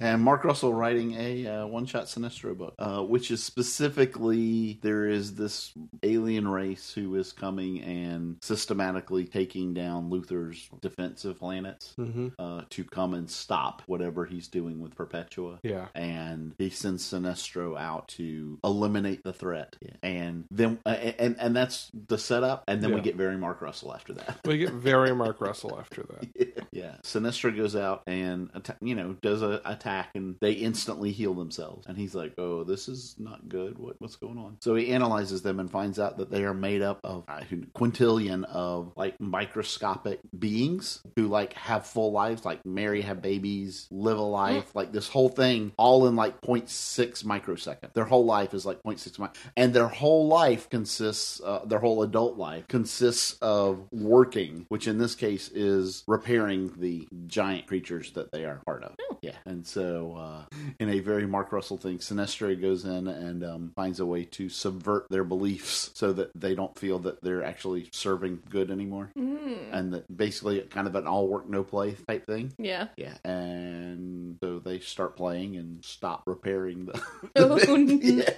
and Mark Russell writing a uh, one-shot Sinestro book, uh, which is specifically there is this alien race who is coming and systematically taking down Luther's defensive planets Mm-hmm. uh, to come and stop whatever he's doing with Perpetua. Yeah. and he sends Sinestro out to eliminate the threat. And then uh, and and that's the setup. And then we Yeah. get very Mark Russell after that. We get very Mark Russell after that. yeah, Sinestro goes out and atta- you know does a attack, and they instantly heal themselves. And he's like, "Oh, this is not good. What what's going on?" So he analyzes them and finds out that they are made up of a quintillion of like microscopic beings who like have full lives, like marry, have babies, live a life, like this whole thing, all in like 0.6 microsecond. Their whole life is like 0.6 mi- and their whole life consists, uh, their whole adult life consists of working, which in this case is repairing the giant creatures that they are part of. Yeah, and so uh, in a very Mark Russell thing, Sinestro goes in and um, finds a way to subvert their beliefs so that they don't feel that they're actually serving good anymore, and that basically kind of an all work no play type thing. Yeah. Yeah, and so they start playing and stop repairing the. Oh, no. Yeah.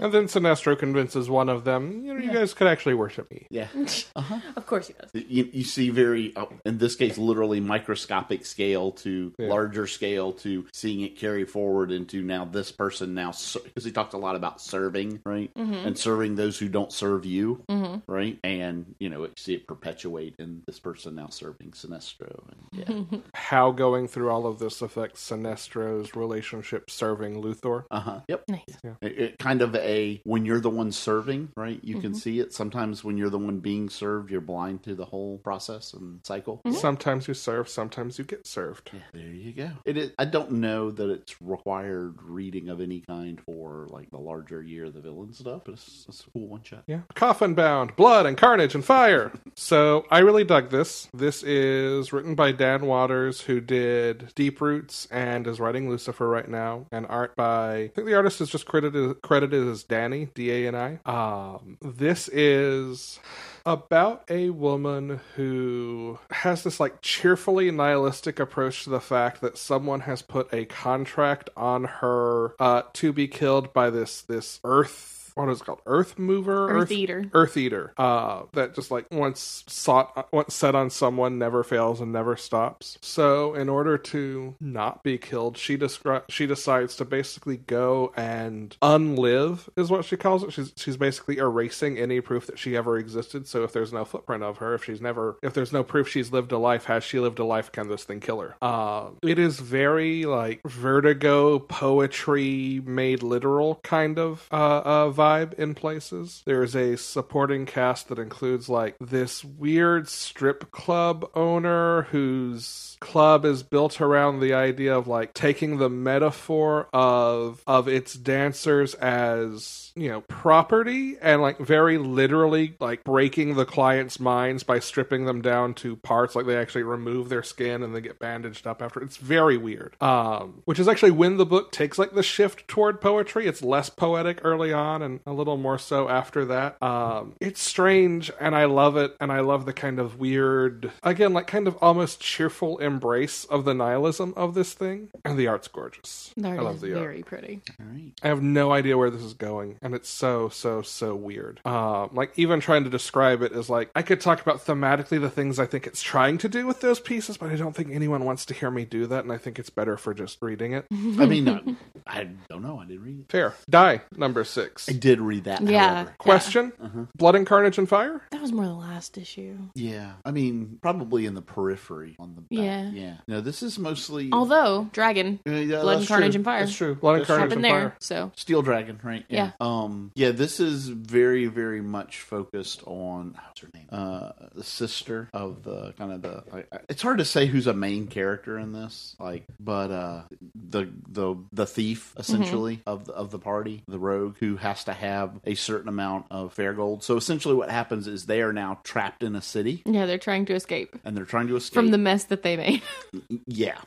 And then Sinestro convinces one of them, you know, you Yeah. guys could actually worship me. Yeah. Uh-huh. Of course he does. You, you see very, uh, in this case, literally microscopic scale to Yeah. larger scale to seeing it carry forward into now this person now because he talked a lot about serving, right, Mm-hmm. and serving those who don't serve you, Mm-hmm. right, and you know you see it perpetuate in this person now serving Sinestro, and yeah. How going through all of this affects Sinestro's relationship serving Luthor. Uh huh. Yep. Nice. Yeah. It, it kind of a when you're the one serving, right? You can Mhm. see it. Sometimes when you're the one being served, you're blind to the whole process and cycle. Mhm. Sometimes you serve, sometimes you get served. Yeah, there you go. It is, I don't know that it's required reading of any kind for like the larger year of the villain stuff, but it's, it's a cool one shot. Yeah. Coffin bound, blood and carnage and fire. so I really dug this. This is written by Dan Waters, who did Deep Roots and is writing Lucifer right now, and art by I think the artist is just credited credited as Danny D A N I. Um, this is about a woman who has this like cheerfully nihilistic approach to the fact that someone has put a contract on her uh, to be killed by this this earth. What is it called? Earth mover, Earth Eater. Earth Eater, uh, that just like once sought, uh, once set on someone, never fails and never stops. So, in order to not be killed, she descri- she decides to basically go and unlive, is what she calls it. She's she's basically erasing any proof that she ever existed. So, if there's no footprint of her, if she's never, if there's no proof she's lived a life, has she lived a life? Can this thing kill her? Uh, it is very like Vertigo poetry made literal kind of uh, uh, vibe in places. There is a supporting cast that includes like this weird strip club owner whose club is built around the idea of like taking the metaphor of of its dancers as you know property and like very literally like breaking the client's minds by stripping them down to parts like they actually remove their skin and they get bandaged up after it's very weird um which is actually when the book takes like the shift toward poetry it's less poetic early on and a little more so after that um it's strange and i love it and i love the kind of weird again like kind of almost cheerful embrace of the nihilism of this thing and the art's gorgeous The i art love is the uh, art very pretty. All right. I have no idea where this is going, and it's so so so weird. Um, like even trying to describe it is like I could talk about thematically the things I think it's trying to do with those pieces, but I don't think anyone wants to hear me do that, and I think it's better for just reading it. Mm-hmm. I mean, uh, I don't know. I didn't read it. Fair. Die number six. I did read that. yeah. However. Question: Uh-huh. Blood and carnage and fire. That was more the last issue. Hmm. Yeah. I mean, probably in the periphery on the back. Yeah. Yeah. No, this is mostly. Although Dragon Uh, yeah, Blood and that's Carnage true. and Fire. That's true. Blood and That's carnage true. and happened there, fire. so Steel Dragon, right? Yeah. Um. Yeah. This is very, very much focused on what's her name? Uh, the sister of the kind of the. I, I, it's hard to say who's a main character in this, like, but uh, the the the thief Mm-hmm. essentially of the, of the party, the rogue who has to have a certain amount of fair gold. So essentially, what happens is they are now trapped in a city. yeah, they're trying to escape And they're trying to escape from the mess that they made. yeah.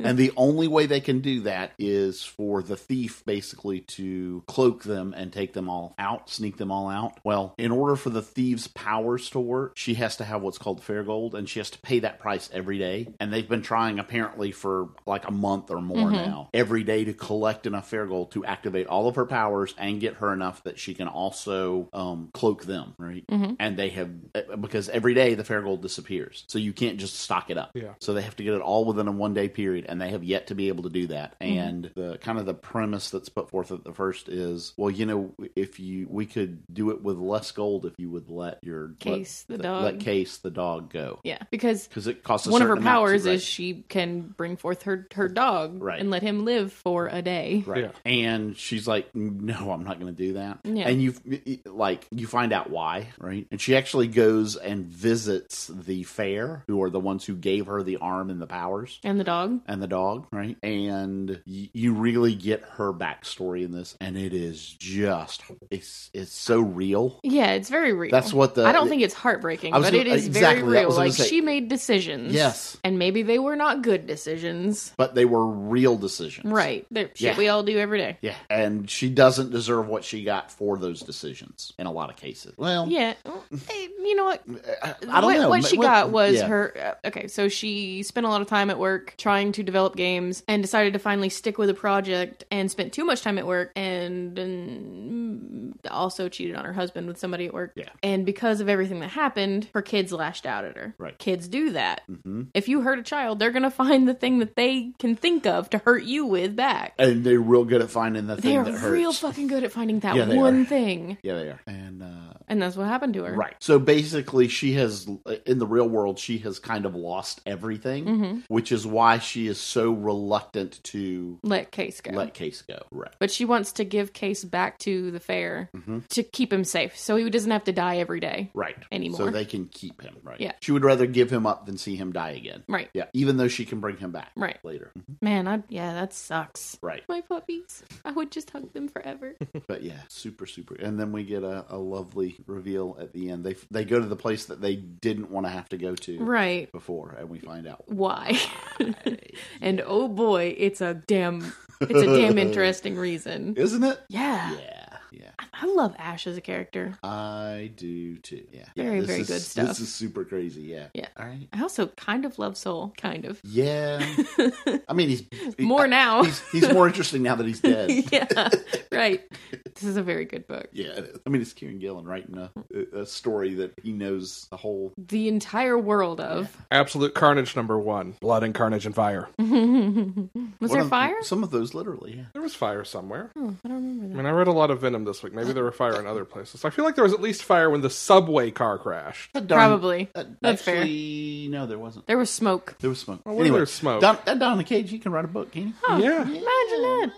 And the only way they can do that is for the thief basically to cloak them and take them all out, sneak them all out. Well, in order for the thieves' powers to work, she has to have what's called fair gold and she has to pay that price every day. And they've been trying apparently for like a month or more now, every day to collect enough fair gold to activate all of her powers and get her enough that she can also um, cloak them, right? Mm-hmm. And they have, eh, because every day the fair gold disappears. So you can't just stock it up. Yeah. So they have to get it all within a one day period, and they have yet to be able to do that. Mm-hmm. And the kind of the premise that's put forth at the first is, well, you know, if you we could do it with less gold if you would let your let- Case the let, dog. let case the dog go yeah, because because it costs a one of her certain amount to powers raise- is she can bring forth her her dog Right. and let him live for a day. Right. Yeah. And she's like, "No, I'm not going to do that." Yeah. And you like you find out why, right? And she actually goes and visits the fair, who are the ones who gave her the arm and the powers. And the dog. and the dog, right? And y- you really get her backstory in this, and it is just it's it's so real. Yeah, it's very real. That's what the I don't think it's heartbreaking, I was but gonna- it is exactly, that very real. was what I Like was gonna say. she made decisions. Yes. And maybe they were not good decisions. but they were real decisions, Right. They're shit Yeah. we all do every day. Yeah, and she doesn't deserve what she got for those decisions in a lot of cases. Well, Yeah. Well, eh, you know what? I, I don't what, know What Ma- she got was yeah. her. Uh, okay, so she spent a lot of time at work trying to develop games and decided to finally stick with a project and spent too much time at work and, and also cheated on her husband with somebody at work. Yeah. And because of everything that happened, her kids lashed out at her. Right. Kids do that. Mm-hmm. If you hurt a child, they're going to find the thing that they can think of to hurt you with back. And they're real good at finding the They thing are that hurts. real fucking good at finding that Yeah, they one are. thing. yeah, they are. And uh, And that's what happened to her. Right. So basically, she has, in the real world, she has kind of lost everything, Mhm. which is why she is so reluctant to Let Case go. let Case go. Right. but she wants to give Case back to the fair Mhm. to keep him safe so he doesn't have to die every day. Right. Anymore. So they can keep him. Right. Yeah. She would rather give him up than see him die again. Right. Yeah. Even though she can bring him back Right. later. Mm-hmm. Man, I yeah, that sucks. Right. My puppies. I would just hug them forever. But yeah, super, super. And then we get a, a lovely reveal at the end. They they go to the place that they didn't want to have to go to right. before, and we find out. Why? and oh boy, it's a damn it's a damn interesting reason. Isn't it? Yeah. Yeah. Yeah. I love Ash as a character. I do too. Yeah. Very, yeah, this very is- good stuff. This is super crazy. Yeah. Yeah. All right. I also kind of love Soul, kind of. Yeah. I mean, he's he- More now. He's, he's more interesting now that he's dead. yeah. Right. This is a very good book. yeah. It is. I mean, it's Kieran Gillen writing a, a- a story that he knows the whole. The entire world of Absolute Carnage number one. Blood and Carnage and Fire. Mm-hmm. Was one there of- fire? Some of those literally. Yeah. There was fire somewhere. Oh, I don't remember I that. mean, I read a lot of Venom this week. Maybe there were fire in other places. I feel like there was at least fire when the subway car crashed. That darn- Probably. that- That's fair. actually, no, there wasn't. There was smoke. There was smoke. Well, where anyway, there's smoke. Don, that Don the Cage, you can write a book, can you? Oh, Yeah. Imagine that.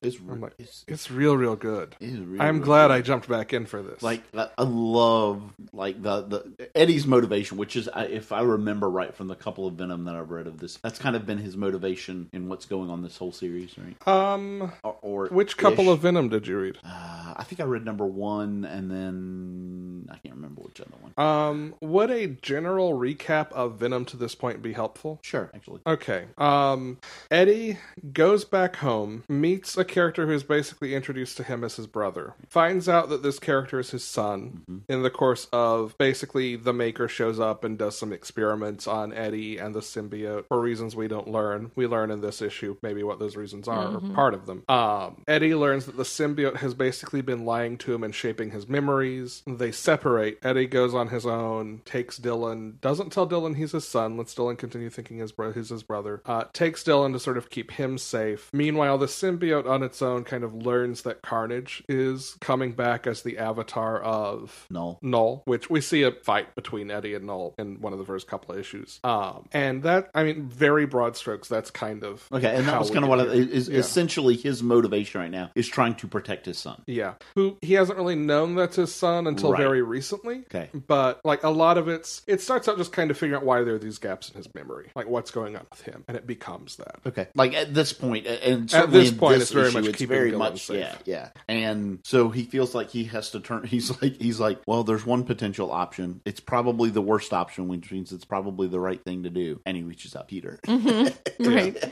It's, re- I'm like- it's, It's real, real good. it's really, I'm really glad good. I jumped back in for this. like I I love like the, the Eddie's motivation, which is I- if I remember right from the couple of Venom that I've read of this, that's kind of been his motivation in what's going on this whole series, right? um, Or, or which couple ish. of Venom did you read? Uh, I think I read number one, and then I can't remember which other one. Um, would a general recap of Venom to this point be helpful? Sure, actually, Okay. Um, Eddie goes back home, meets a character who is basically introduced to him as his brother. Finds out that this character is his son. Mm-hmm. In the course of basically, the Maker shows up and does some experiments on Eddie and the symbiote for reasons we don't learn. We learn in this issue maybe what those reasons are Mm-hmm. or part of them. Um, Eddie learns that the symbiote has basically been lying to him and shaping his memories. They separate. Eddie goes on his own, takes Dylan, doesn't tell Dylan he's his son. Lets Dylan continue thinking his bro- he's his brother. Uh, takes Dylan to sort of keep him safe. Meanwhile, the symbiote on its own kind of learns that Carnage is coming back as the avatar of no. Null, which we see a fight between Eddie and Null in one of the first couple of issues. Um, and that, I mean, very broad strokes. That's kind of Okay, and that how was we kind of get what I, here. is Yeah. essentially his motivation right now is trying to protect his son. Yeah, who he hasn't really known that's his son until Right. very recently. Okay. But like a lot of it's, it starts out just kind of figuring out why there are these gaps in his memory, like what's going on with him, and it becomes that. Okay. Like at this point, a- and At certainly this in point, it's very issue, much it's keeping very Dylan much, safe. yeah, yeah. And so he feels like he has to turn. He's like, he's like, well, there's one potential option. It's probably the worst option, which means it's probably the right thing to do. And he reaches out, Peter. Mm. Right.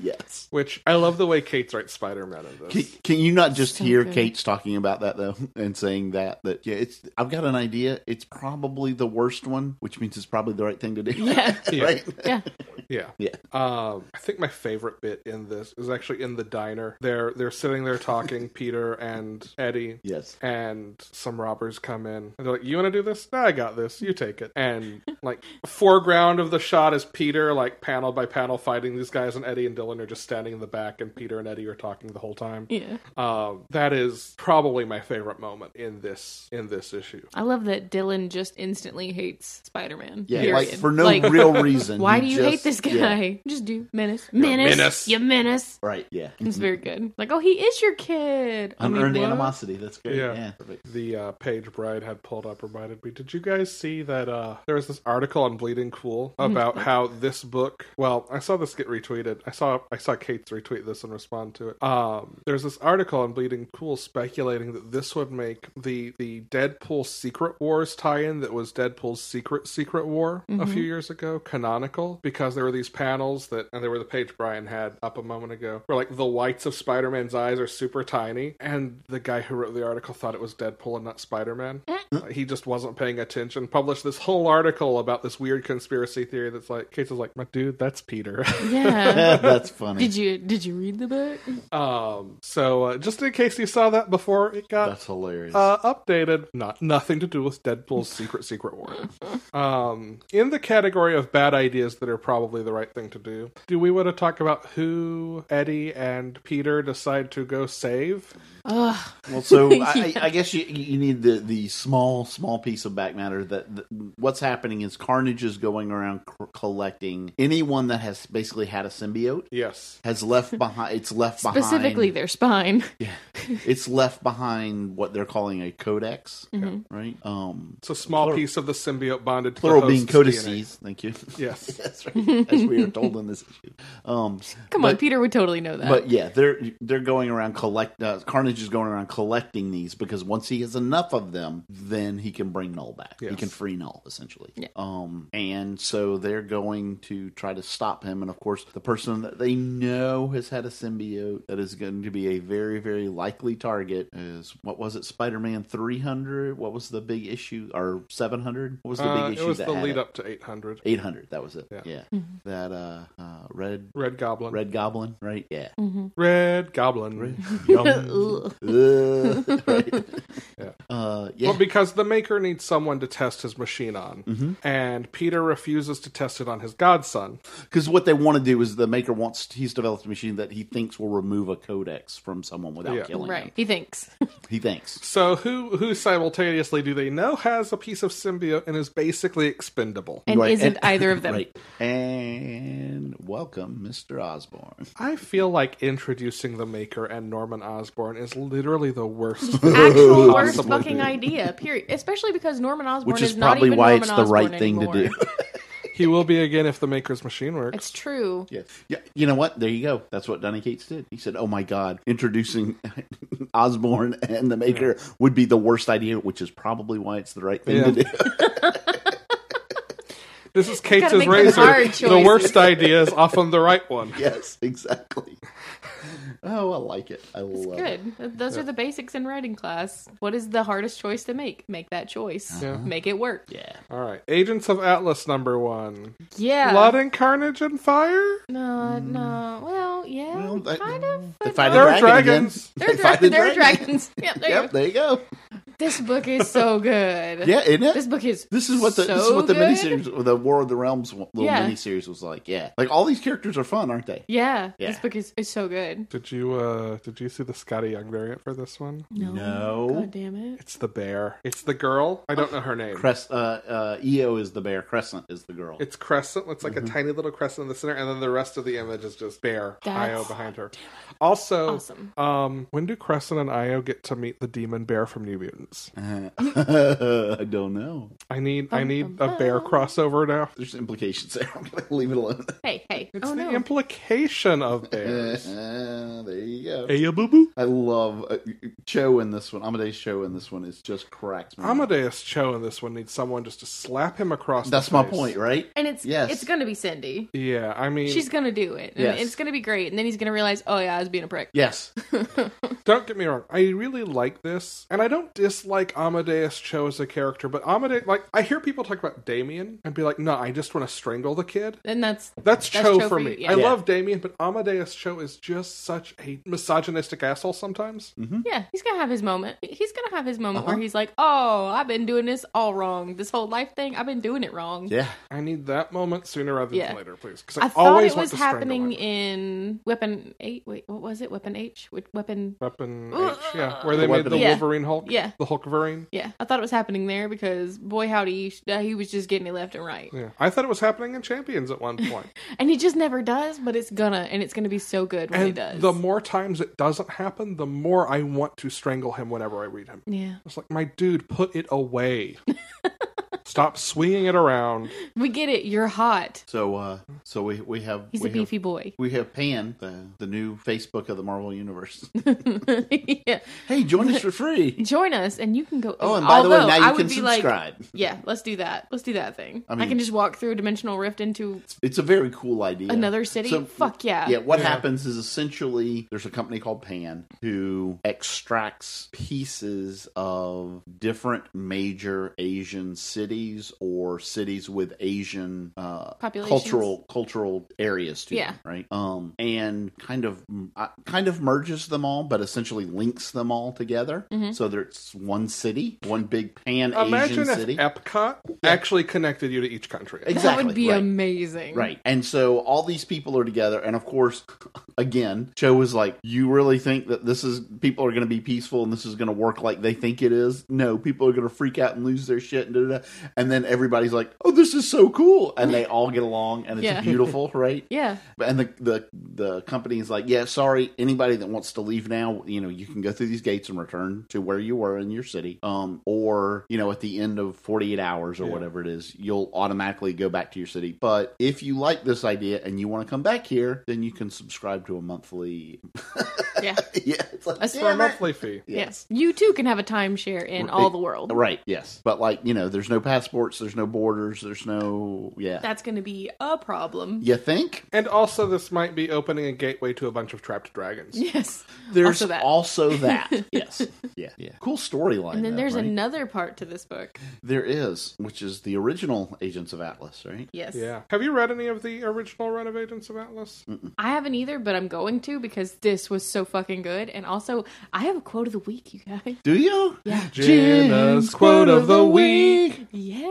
yes. Which I love the way Kate's writes Spider Man in this. Can, can you not just So hear good. Kate's talking about that though, and saying that that yeah, it's I've got an idea. It's probably the worst one, which means it's probably the right thing to do. Yeah. Yeah. right. Yeah. Yeah. Yeah. Um, I think my favorite bit in this is actually in the diner. They're they're sitting there talking, Peter and Eddie. Yes. And some robbers come in and they're like, You wanna do this? No, I got this. You take it. And like foreground of the shot is Peter, like panel by panel fighting these guys and Eddie and Dylan are just standing in the back and Peter and Eddie are talking the whole time. Yeah. Um, that is probably my favorite moment in this in this issue. I love that Dylan just instantly hates Spider Man. Yeah, like for no real reason. Why He do you just- hate this guy? yeah. Just do menace, menace, menace. you menace. Right. Yeah. It's very good. Like, oh, he is your kid. I mean, Mm-hmm. Unearned what? animosity. That's great. Yeah. Yeah. perfect. the uh, page Bride had pulled up reminded me. Did you guys see that? Uh, there was this article on Bleeding Cool about how this book. Well, I saw this get retweeted. I saw I saw Kate's retweet this and respond to it. Um, there's this article on Bleeding Cool speculating that this would make the the Deadpool Secret Wars tie-in that was Deadpool's Secret Secret War a few years ago canonical because there was are these panels that, and they were the page Brian had up a moment ago, where like the whites of Spider Man's eyes are super tiny, and the guy who wrote the article thought it was Deadpool and not Spider Man. he just wasn't paying attention. Published this whole article about this weird conspiracy theory that's like, Case is like, my dude, that's Peter. Yeah. That's funny. did you did you read the book? um, so uh, just in case you saw that before it got That's hilarious. uh, updated. Not nothing to do with Deadpool's secret secret war. Um, in the category of bad ideas that are probably the right thing to do, do we want to talk about who Eddie and Peter decide to go save? Ugh. well, so I, I- Yeah. I guess you you need the, the small small piece of back matter that, that what's happening is Carnage is going around c- collecting anyone that has basically had a symbiote Yes. has left behind. It's left behind Specifically their spine. It's left behind what they're calling a codex, Mhm. right? Um, It's a small Plural- piece of the symbiote bonded to plural the being host's codices. Thank you. Yes. that's right. As we are told in this issue. Um, Come on, but- Peter would totally know Uh, that. But yeah, they're they're going around collect. Uh, Carnage is going around collecting these because once he has enough of them, then he can bring Null back. He Yes. can free Null essentially. Yeah. Um, and so they're going to try to stop him. And of course, the person that they know has had a symbiote that is going to be a very very likely target is what was it? Spider Man three hundred. What was the big issue? Or seven hundred? What was the Uh, big issue it was that the had lead it? up to 800. 800 that was it Yeah. Mm-hmm. yeah, that uh, uh red Red Goblin. red goblin right yeah Mhm. Red Goblin. Red- Ugh. Uh, right. Yeah. Uh, yeah. Well, because the maker needs someone to test his machine on, Mhm. and Peter refuses to test it on his godson. Because what they want to do is the maker wants he's developed a machine that he thinks will remove a codex from someone without Yeah. killing Right. them. He thinks. He thinks. So who who simultaneously do they know has a piece of symbiote and is basically expendable? And Right, isn't and- either of them. Right. And welcome, Mr. Osborne. I feel like introducing the maker and Norman Osborn is literally the worst. thing. Actual Possibly worst fucking do. idea, period. Especially because Norman Osborn Which is not probably even why Norman it's the right Osborn thing to anymore. do. he will be again if the maker's machine works. It's true. yeah. yeah. You know what? There you go. That's what Donny Cates did. He said, Oh my God, introducing Osborne and the maker would be the worst idea, which is probably why it's the right thing to Yeah. do. This is Kate's make the razor. hard The worst choices. idea is often the right one. yes, exactly. Oh, I like it. I love it. Good. Th- Those are the basics in writing class. What is the hardest choice to make? Make that choice. Yeah. Make it work. Yeah. All right, Agents of Atlas number one. Yeah. Blood and carnage and fire. No, no. Well, yeah, Well, mm. that- kind of. They But fight not. a There are dragon again. dragons. They're, They dra- fight a they're dragon. dragons. Yeah, there you Yep, go. there you go. This book is so good. Yeah, isn't it? This book is. This is what the so this is what the good. miniseries, the War of the Realms little Yeah. miniseries was like. Yeah, like all these characters are fun, aren't they? Yeah, Yeah. this book is, is so good. Did you uh did you see the Scotty Young variant for this one? No. No. God damn it. It's the bear. It's the girl. I don't know her name. Crest, uh, uh, Eo is the bear. Crescent is the girl. It's crescent. It's like Mm-hmm. a tiny little crescent in the center, and then the rest of the image is just bare That's- Io behind her. Also, Awesome. um, when do Crescent and Io get to meet the demon bear from New Mutants? I don't know. I need I Bum, need bum, a bear bum. crossover now. There's implications there. I'm gonna leave it alone. Hey, hey. It's oh, the no. implication of bears. Uh, there you go. Aya boo boo. I love uh, Cho in this one. Amadeus Cho in this one is just cracks me. up. Amadeus Cho in this one needs someone just to slap him across. That's the my face. point, right? and it's Yes. it's going to be Cindy. Yeah, I mean, She's going to do it. And Yes. It's going to be great. And then he's going to realize, oh, yeah, I was being a prick. Yes. Don't get me wrong, I really like this, and I don't dislike Amadeus Cho as a character, but Amadeus, like, I hear people talk about Damien and be like, no, I just want to strangle the kid. And that's. That's, That's Cho, Cho for for me. you, yeah. I Yeah. love Damien, but Amadeus Cho is just such a misogynistic asshole sometimes. Mm-hmm. Yeah, he's gonna have his moment. He's gonna have his moment where Uh-huh. he's like, "Oh, I've been doing this all wrong. This whole life thing, I've been doing it wrong." Yeah. I need that moment sooner rather Yeah. than later, please. Because I, I thought always it want was to strangle happening him. in Weapon Eight. Wait, what was it? Weapon H? Which Weapon? Weapon Ugh. H, yeah, where they The made weapon the H. Yeah. Wolverine Hulk, Yeah. the Hulkverine. Yeah, I thought it was happening there because boy howdy, sh- uh, he was just getting it left and right, Yeah, I thought it was happening in Champions at one point. and he just never does. But it's gonna, and it's gonna be so good when and he does. the more times it doesn't happen, the more I want to strangle him whenever I read him. yeah, It's like, my dude, put it away. Stop swinging it around. We get it. You're hot. So uh, so we we have He's we a have- beefy boy. we have Pan, the, the new Facebook of the Marvel Universe. yeah. hey, join us for free. Join us, and you can go. Oh, and by the way, Although, now you I would can be like, subscribe. yeah, let's do that. Let's do that thing. I I, mean- can just walk through a dimensional rift into It's a very cool idea. another city. So- Fuck yeah. Yeah, what Yeah. happens is essentially there's a company called Pan who extracts pieces of different major Asian cities or cities with Asian uh, Populations. cultural cultural areas to Yeah. them, right? Um, and kind of uh, kind of merges them all, but essentially links them all together. Mm-hmm. So there's one city, one big Pan Asian Imagine if city. Epcot actually connected you to each country. exactly, that would be right. amazing. Right. And so all these people are together. And of course, again, Cho was like, You really think that this is, people are going to be peaceful and this is going to work like they think it is? No, people are going to freak out and lose their shit. And, da, da, da. and then everybody's like, Oh, this is so cool. And they all get along and it's Yeah. beautiful, right? Yeah. And the, the the company is like, yeah, sorry, anybody that wants to leave now, you know, you can go through these gates and return to where you were in your city, um, or you know, at the end of forty eight hours or Yeah. whatever it is, you'll automatically go back to your city. But if you like this idea and you want to come back here, then you can subscribe to a monthly. Yeah. yeah, it's like, That's for damn A it. monthly fee. Yes. You too can have a timeshare in Right. all the world. Right, yes, but like you know, there's no passports, there's no borders, there's no yeah. That's going to be a problem. you think? And also, this might be opening a gateway to a bunch of trapped dragons. Yes. There's Also that. also that. yes. Yeah. Yeah. Cool storyline. And then though, there's right? another part to this book. There is, which is the original Agents of Atlas, right? Yes. Yeah. Have you read any of the original Run of Agents of Atlas? I haven't either, but I'm going to because this was so fucking good. And also, I have a quote of the week, you guys. Do you? Yeah. Jenna's quote of the week. Yeah.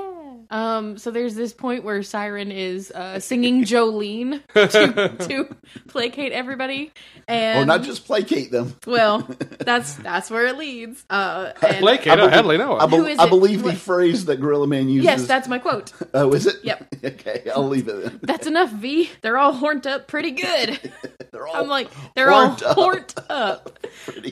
Um, so there's this point where Siren is uh, singing Jolene to, to placate everybody. And Or Oh, not just placate them. well, that's that's where it leads. Uh and, Blake, I believe- Hadley, no. I, be- Who is I it? believe the What? phrase that Gorilla Man uses. Yes, that's my quote. Oh, is it? Yep. okay, I'll leave it then. That's enough, V. They're all horned up pretty good. They're all I'm like, they're horned all up. horned up. pretty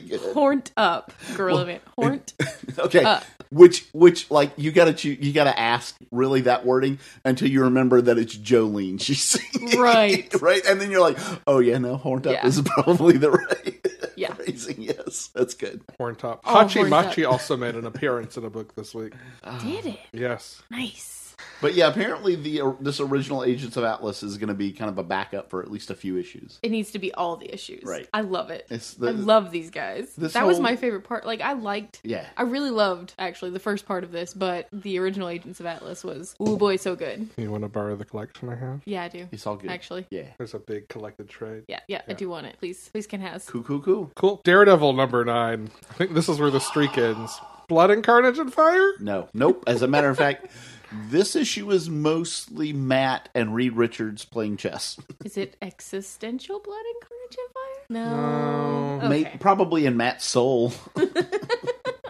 good. Horned up. Gorilla man. Horned Okay. Uh. which, which, like, you gotta choose, you gotta ask really that wording until you remember that it's Jolene she's singing. Right. right? And then you're like, oh yeah, no, horned up Yeah. is probably the right Yeah. phrasing. Yes, that's good. Horntop. Oh, Hachi Horn Top. Machi also made an appearance in a book this week. Did it. Yes. Nice. But yeah, apparently the this original Agents of Atlas is going to be kind of a backup for at least a few issues. It needs to be all the issues. Right. I love it. It's the- I love these guys. this That was whole- my favorite part. Like I liked Yeah. I really loved actually the first part of this, but the original Agents of Atlas was oh boy so good. You want to borrow the collection I have? Yeah, I do. It's all good. Actually. Yeah. There's a big collected trade. Yeah, yeah, I Yeah. do want it. Please, please can has. Cool, cool, cool. Cool. Daredevil number nine. I think this is where the streak ends. Blood and carnage and fire? No. Nope. As a matter of fact, this issue is mostly Matt and Reed Richards playing chess. Is it existential blood and carnage and fire? No. No. May- Okay. probably in Matt's soul.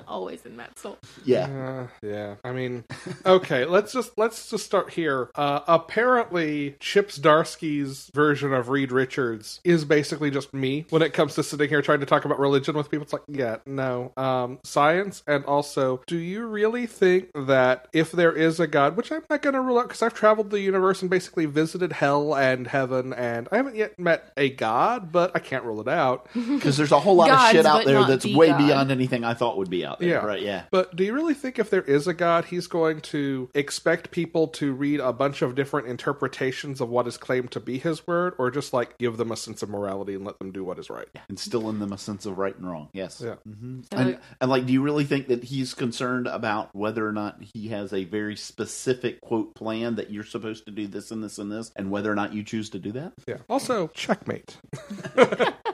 Always in that soul. yeah. Uh, yeah, I mean, okay. Let's just let's just start here. Uh, apparently, Chips Darsky's version of Reed Richards is basically just me when it comes to sitting here trying to talk about religion with people. It's like, yeah, no, um, science, and also, do you really think that if there is a god, which I'm not going to rule out because I've traveled the universe and basically visited hell and heaven, and I haven't yet met a god, but I can't rule it out. Because there's a whole lot Gods, of shit out but there not that's the way god. beyond anything I thought would be out there. Yeah. Right. Yeah. But do you really think if there is a God, he's going to expect people to read a bunch of different interpretations of what is claimed to be his word, or just like give them a sense of morality and let them do what is right? Instill in them a sense of right and wrong. Yes. Yeah. hmm So- And, and like, do you really think that he's concerned about whether or not he has a very specific quote plan that you're supposed to do this and this and this, and whether or not you choose to do that? Yeah. Also, checkmate.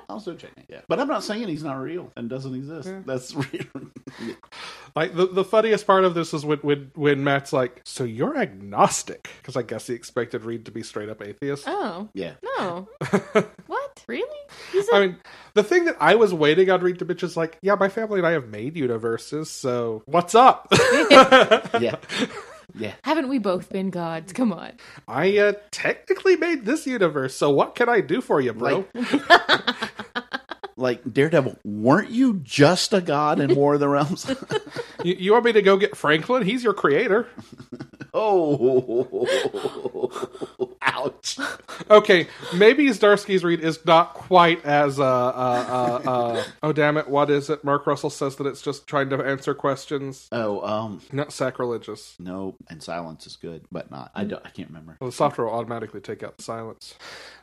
Also, check it. Yeah. But I'm not saying he's not real and doesn't exist. That's real. Like the, the funniest part of this is when when, when Matt's like, "So you're agnostic?" Because I guess he expected Reed to be straight up atheist. Oh. yeah. No. what? Really? He's a I mean, the thing that I was waiting on Reed to bitch is like, "Yeah, my family and I have made universes, so what's up?" Yeah. Haven't we both been gods? Come on. I uh, technically made this universe, so what can I do for you, bro? Like, like Daredevil, weren't you just a god in War of the Realms? You, you want me to go get Franklin? He's your creator. Oh, ouch! Okay, maybe Zdarsky's read is not quite as uh, uh, uh, uh, oh damn it, what is it? Mark Russell says that it's just trying to answer questions, Oh, um, not sacrilegious. no, and silence is good, but not. I don't. I can't remember. Well, the software will automatically take out the silence.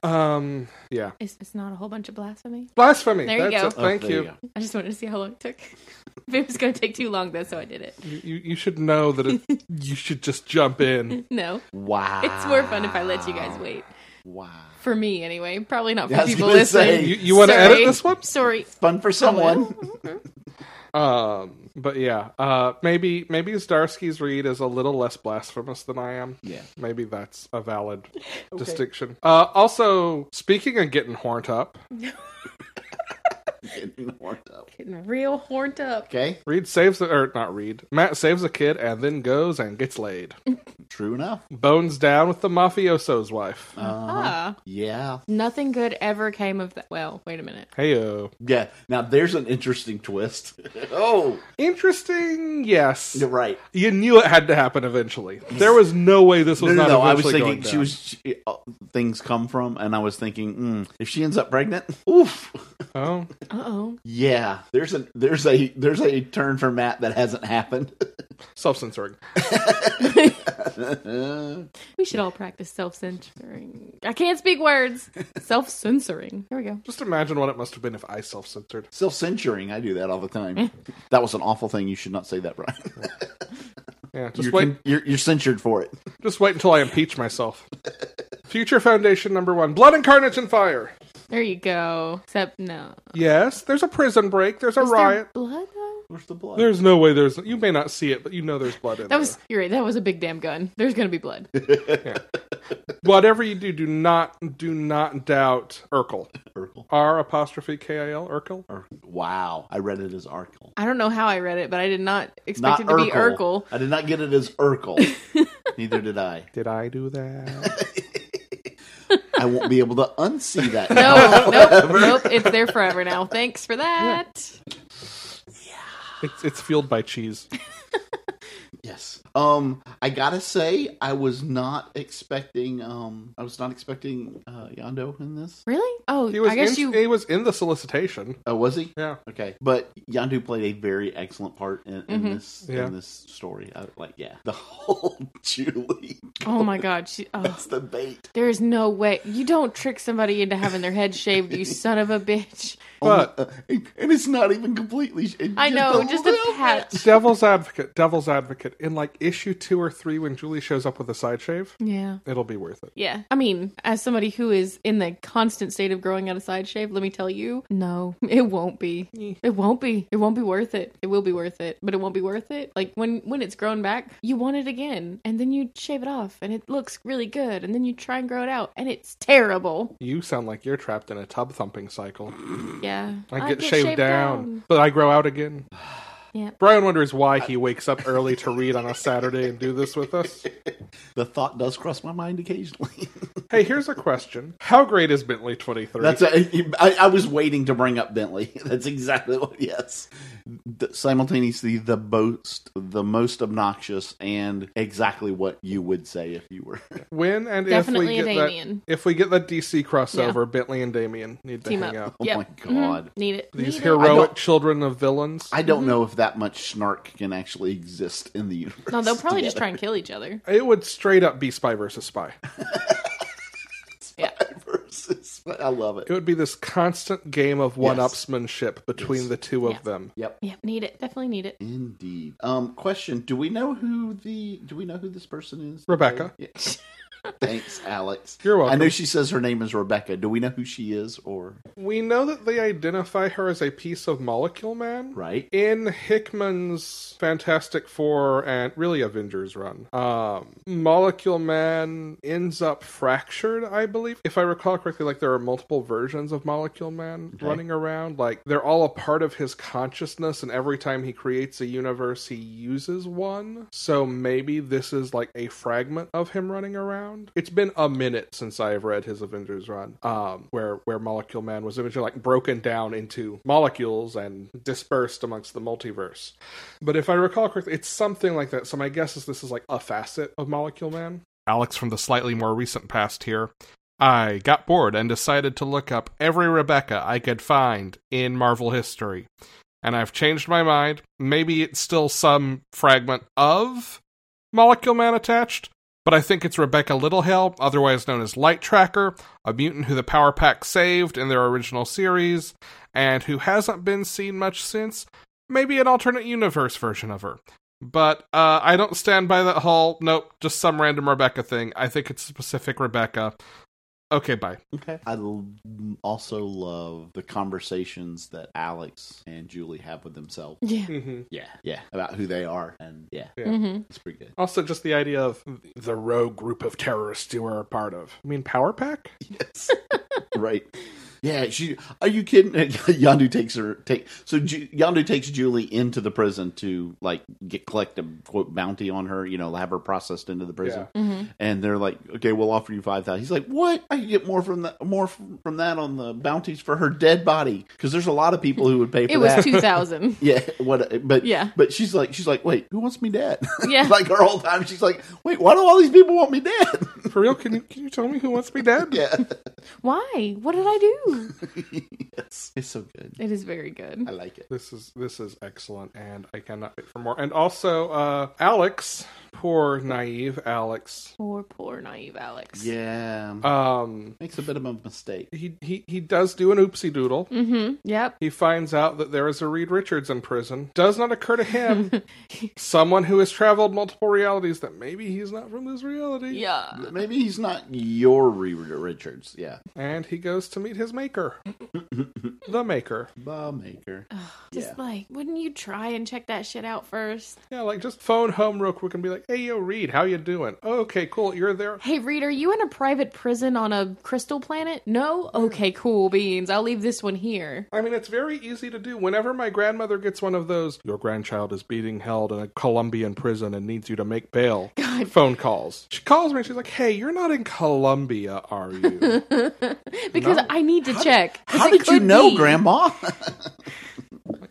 Um, yeah, It's, it's not a whole bunch of blasphemy. blasphemy. There you That's go. it. Thank Oh, there you. go. I just wanted to see how long it took. it was going to take too long, though, so I did it. You, you you should know that it, you should just jump in. No, Wow, it's more fun if I let you guys wait. Wow, For me, anyway. Probably not for Yeah, I was people gonna listening. say. You, you want to Sorry. edit this one? Sorry. fun for someone. Um, but yeah, uh, maybe maybe Zdarsky's read is a little less blasphemous than I am. yeah, Maybe that's a valid distinction. Uh, also, speaking of getting horned up, Getting worked up. Getting real horned up. Okay, Reed saves the or not Reed. Matt saves a kid and then goes and gets laid. true enough. Bones down with the mafioso's wife. Uh, Ah. yeah, Nothing good ever came of that. Well, wait a minute. Heyo. yeah. Now there's an interesting twist. oh, Interesting. Yes. you're right. You knew it had to happen eventually. There was no way this was no, no, not. no. I was eventually thinking going she down. was she, uh, things come from, and I was thinking mm, if she ends up pregnant, oof, Oh, Uh oh. yeah. There's a there's a there's a turn for Matt that hasn't happened. self-censoring. We should all practice self censoring. I can't speak words. self censoring. Here we go. Just imagine what it must have been if I self-censored. Self censoring, I do that all the time. that was an awful thing. You should not say that, Brian. Yeah. Just you're, wait. con- you're, you're censured for it. Just wait until I impeach myself. Future Foundation number one: Blood and Carnage and Fire. There you go. Except, no. Yes. There's a prison break. There's a Is there riot. blood, though? Where's the blood? There's no way there's. You may not see it, but you know there's blood in That there. was, you're right. That was a big damn gun. There's going to be blood. Whatever you do, do not do not doubt Urkel. Urkel. R apostrophe K I L Urkel. Ur- wow, I read it as Arkle. I don't know how I read it, but I did not expect Not it to Urkel. be Urkel. I did not get it as Urkel. Neither did I. Did I do that? I won't be able to unsee that. No, nope, nope. It's there forever now. Thanks for that. it's it's fueled by cheese. Yes. Um, I gotta say, I was not expecting. Um, I was not expecting uh, Yondo in this. Really? Oh, He was I guess in, you. he was in the solicitation. Oh, was he? Yeah. Okay, but Yandu played a very excellent part in, in Mhm. this Yeah. in this story. I, like, yeah, the whole Julie. oh my God. She, oh, That's the bait. there is no way you don't trick somebody into having their head shaved. You son of a bitch. But- Oh, uh, and it's not even completely. sh- it's I know, just a little patch. bit. Devil's advocate, devil's advocate. In like issue two or three, when Julie shows up with a side shave, Yeah. it'll be worth it. Yeah. I mean, as somebody who is in the constant state of growing out a side shave, let me tell you, no, it won't be. It won't be. It won't be worth it. It will be worth it, but it won't be worth it. Like when when it's grown back, you want it again, and then you shave it off, and it looks really good, and then you try and grow it out, and it's terrible. You sound like you're trapped in a tub thumping cycle. Yeah. I get, shaved, down, but I grow out again. Yeah. Brian wonders why he wakes up early to read on a Saturday and do this with us. The thought does cross my mind occasionally. Hey, here's a question: How great is Bentley Twenty Three? That's a, I, I was waiting to bring up Bentley. That's exactly what. Yes, the, simultaneously the most the most obnoxious and exactly what you would say if you were. oh When and Definitely if a we get Damien. that, if we get that DC crossover, Bentley and Damien need to Team hang up. out. Oh Yep. my Mm-hmm. god. Need it. These Need it. I heroic don't- children of villains. I don't know if that much snark can actually exist in the universe. No, they'll probably just try and kill together. each other. It would straight up be spy versus spy. Yeah. Versus- I love it. It would be this constant game of one-upsmanship between Yes. the two of Yeah. them. Yep. Yeah, need it. Definitely need it. Indeed. Um, question: Do we know who the? Do we know who this person is? Rebecca. Yeah. Thanks, Alex. You're welcome. I know she says her name is Rebecca. Do we know who she is, or We know that they identify her as a piece of Molecule Man. right? In Hickman's Fantastic Four and really Avengers run, um, Molecule Man ends up fractured, I believe. If I recall correctly, like there are multiple versions of Molecule Man Okay. running around. Like they're all a part of his consciousness, and every time he creates a universe, he uses one. So maybe this is like a fragment of him running around. around. It's been a minute since I have read his Avengers run, um, where where Molecule Man was eventually like broken down into molecules and dispersed amongst the multiverse. But if I recall correctly, it's something like that. So my guess is this is like a facet of Molecule Man. Alex from the slightly more recent past here. I got bored and decided to look up every Rebecca I could find in Marvel history. And I've changed my mind. Maybe it's still some fragment of Molecule Man attached, but I think it's Rebecca Littlehale, otherwise known as Light Tracker, a mutant who the Power Pack saved in their original series, and who hasn't been seen much since. Maybe an alternate universe version of her. But uh, I don't stand by that whole, nope, just some random Rebecca thing. I think it's a specific Rebecca. Okay, bye. Okay. I l- also love the conversations that Alex and Julie have with themselves. Yeah. Mm-hmm. Yeah. Yeah. About who they are. And yeah, Yeah. Mm-hmm. it's pretty good. Also, just the idea of the rogue group of terrorists you were a part of. I mean, Power Pack. Yes. right. Yeah, she. Are you kidding? Yandu takes her. Take so Ju, Yandu takes Julie into the prison to like get collect a quote bounty on her. You know, have her processed into the prison. Mm-hmm. And they're like, okay, we'll offer you five thousand. He's like, what? I can get more from that. More from, from that on the bounties for her dead body because there's a lot of people who would pay for It was that. two thousand. yeah. What? But Yeah. But she's like, she's like, wait, who wants me dead? Yeah. like her whole time, she's like, wait, why do all these people want me dead? For real? Can you can you tell me who wants me dead? yeah. Why? What did I do? yes. It's so good. It is very good. I like it. This is this is excellent, and I cannot wait for more. And also, uh, Alex, poor naive Alex. Poor, poor naive Alex. Yeah. uh, Um, Makes a bit of a mistake. he he he does do an oopsie doodle. Mm-hmm. Yep. He finds out that there is a Reed Richards in prison. Does not occur to him, someone who has traveled multiple realities, that maybe he's not from this reality. Yeah. Maybe he's not your Reed Richards. Yeah. And he goes to meet his maker, the maker. Bawmaker. Just Yeah. like, wouldn't you try and check that shit out first? Yeah, like just phone home real quick and be like, "Hey, yo, Reed, how you doing? okay, cool, you're there." Hey, Reed, are you in a private prison on a crystal planet? No? Mm. Okay, cool beans. I'll leave this one here. I mean, it's very easy to do. Whenever my grandmother gets one of those, your grandchild is being held in a Colombian prison and needs you to make bail God. phone calls. She calls me and she's like, hey, you're not in Colombia, are you? Because No. I need to check. 'cause How it did you could know, be. Grandma?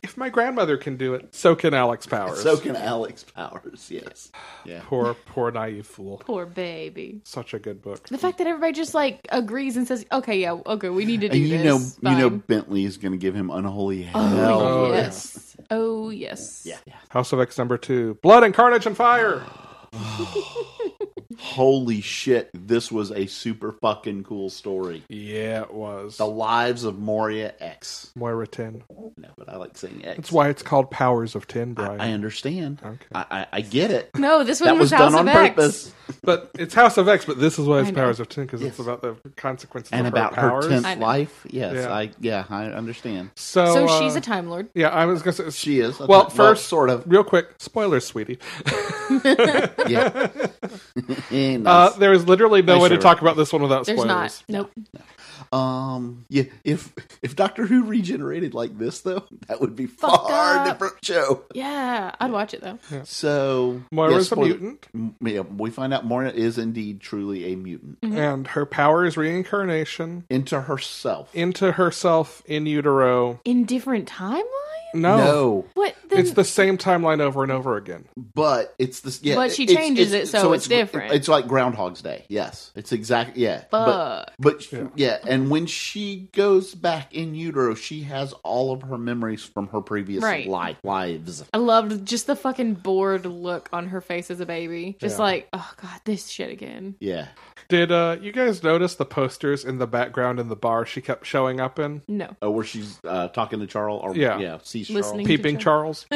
if my grandmother can do it, so can Alex Powers. so can Alex Powers. Yes. Yeah. poor, poor naive fool. Poor baby. Such a good book. The fact that everybody just like agrees and says, "Okay, yeah, okay, we need to do And you this." know, you know, Fine. Bentley is going to give him unholy hell. oh, yeah. yes, oh yes, Yeah. yeah. House of X number two Blood and Carnage and Fire. Holy shit! This was a super fucking cool story. Yeah, it was. The lives of Moria X. Moira 10. No, but I like saying X. That's why it's called Powers of 10, Brian. I understand. Okay. I, I, I get it. No, this one that was House done on of X. purpose. But it's House of X, but this is why it's I know. Powers of Ten because Yes. it's about the consequences and of about her her powers. I tenth know. life. Yes, Yeah. I yeah, I understand. so So uh, she's a time lord. yeah, I was gonna say She is. Well, first- sort of. real quick spoilers, sweetie. Yeah. Eh, Uh, nice. there is literally no Nice way to river. talk about this one without There's spoilers. not. Nope. um. Yeah. If if Doctor Who regenerated like this, though, that would be Fuck far up. different show. Yeah, I'd watch it though. So Moira's yeah, spoiler- a mutant, M- Yeah, we find out Moira is indeed truly a Mm. mutant Mm-hmm. and her power is reincarnation into herself. into herself in utero. In different timeline? No, No, What? Then it's the same timeline over and over again. but it's this. Yeah, But she it's- changes it's- it, so it's different. It's like Groundhog's Day. Yes, it's exactly. Yeah, but fuck. But yeah. and when she goes back in utero, she has all of her memories from her previous Right. life lives. I loved just the fucking bored look on her face as a baby. Just Yeah. like, oh god, this shit again. Yeah, Did uh, you guys notice the posters in the background in the bar she kept showing up in? No. oh, where she's uh, talking to Charles or Yeah. yeah, sees Listening. Charles. Peeping Charles.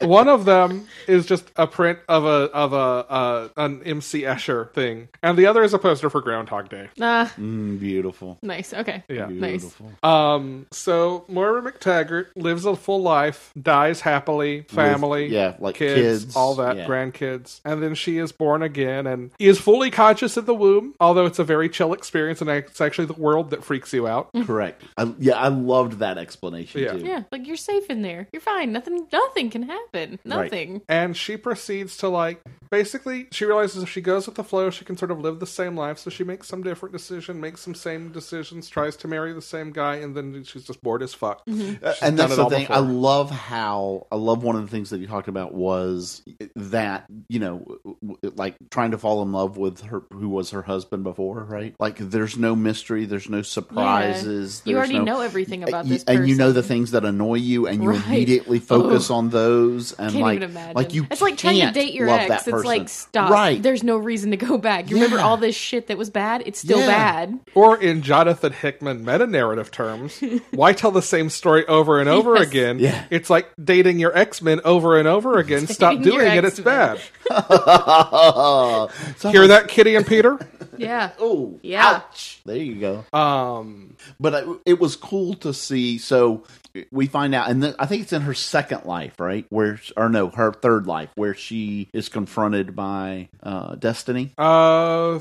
One of them is just a print of a of a uh, an MC Escher thing, and the other is a poster for Groundhog Day. Ah, Mm, beautiful, nice. Okay. Yeah. Nice. beautiful. Um. So Moira McTaggart lives a full life, dies happily, family, With- yeah, like kids, kids, all that, yeah. grandkids, and then she is born again and is fully conscious in the womb. Although it's a very chill experience, and it's actually the world that freaks you out. Correct. I, yeah, I loved that explanation Yeah. too. Yeah, like you're safe in there. You're fine. Nothing nothing can happen. Nothing. and she proceeds to like basically she realizes if she goes with the flow she can sort of live the same life so she makes some different decision makes some same decisions tries to marry the same guy and then she's just bored as fuck Mm-hmm. Uh, She's and done that's it the all thing. I before. love how I love one of the things that you talked about was that you know, w- w- like trying to fall in love with her who was her husband before, right? Like, there's no mystery, there's no surprises. You there's already no, know everything about you- this and you know the person. things that annoy you, and you Right. immediately focus on those, and Can't like, even imagine. like you, it's like trying to can't date your love ex. that It's person. like stop. Right. There's no reason to go back. You remember Yeah. all this shit that was bad? It's still Yeah. bad. or in jonathan hickman meta-narrative terms why tell the same story over and over Yes. again Yeah. it's like dating your x-men over and over again stop Dating your doing it it's X-Men. bad So I'm hear like, that kitty and peter Yeah. Oh, Yeah. ouch. There you go. um but I, it was cool to see. So we find out, and then I think it's in her second life, right? Where, or no, her third life, where she is confronted by uh, destiny. uh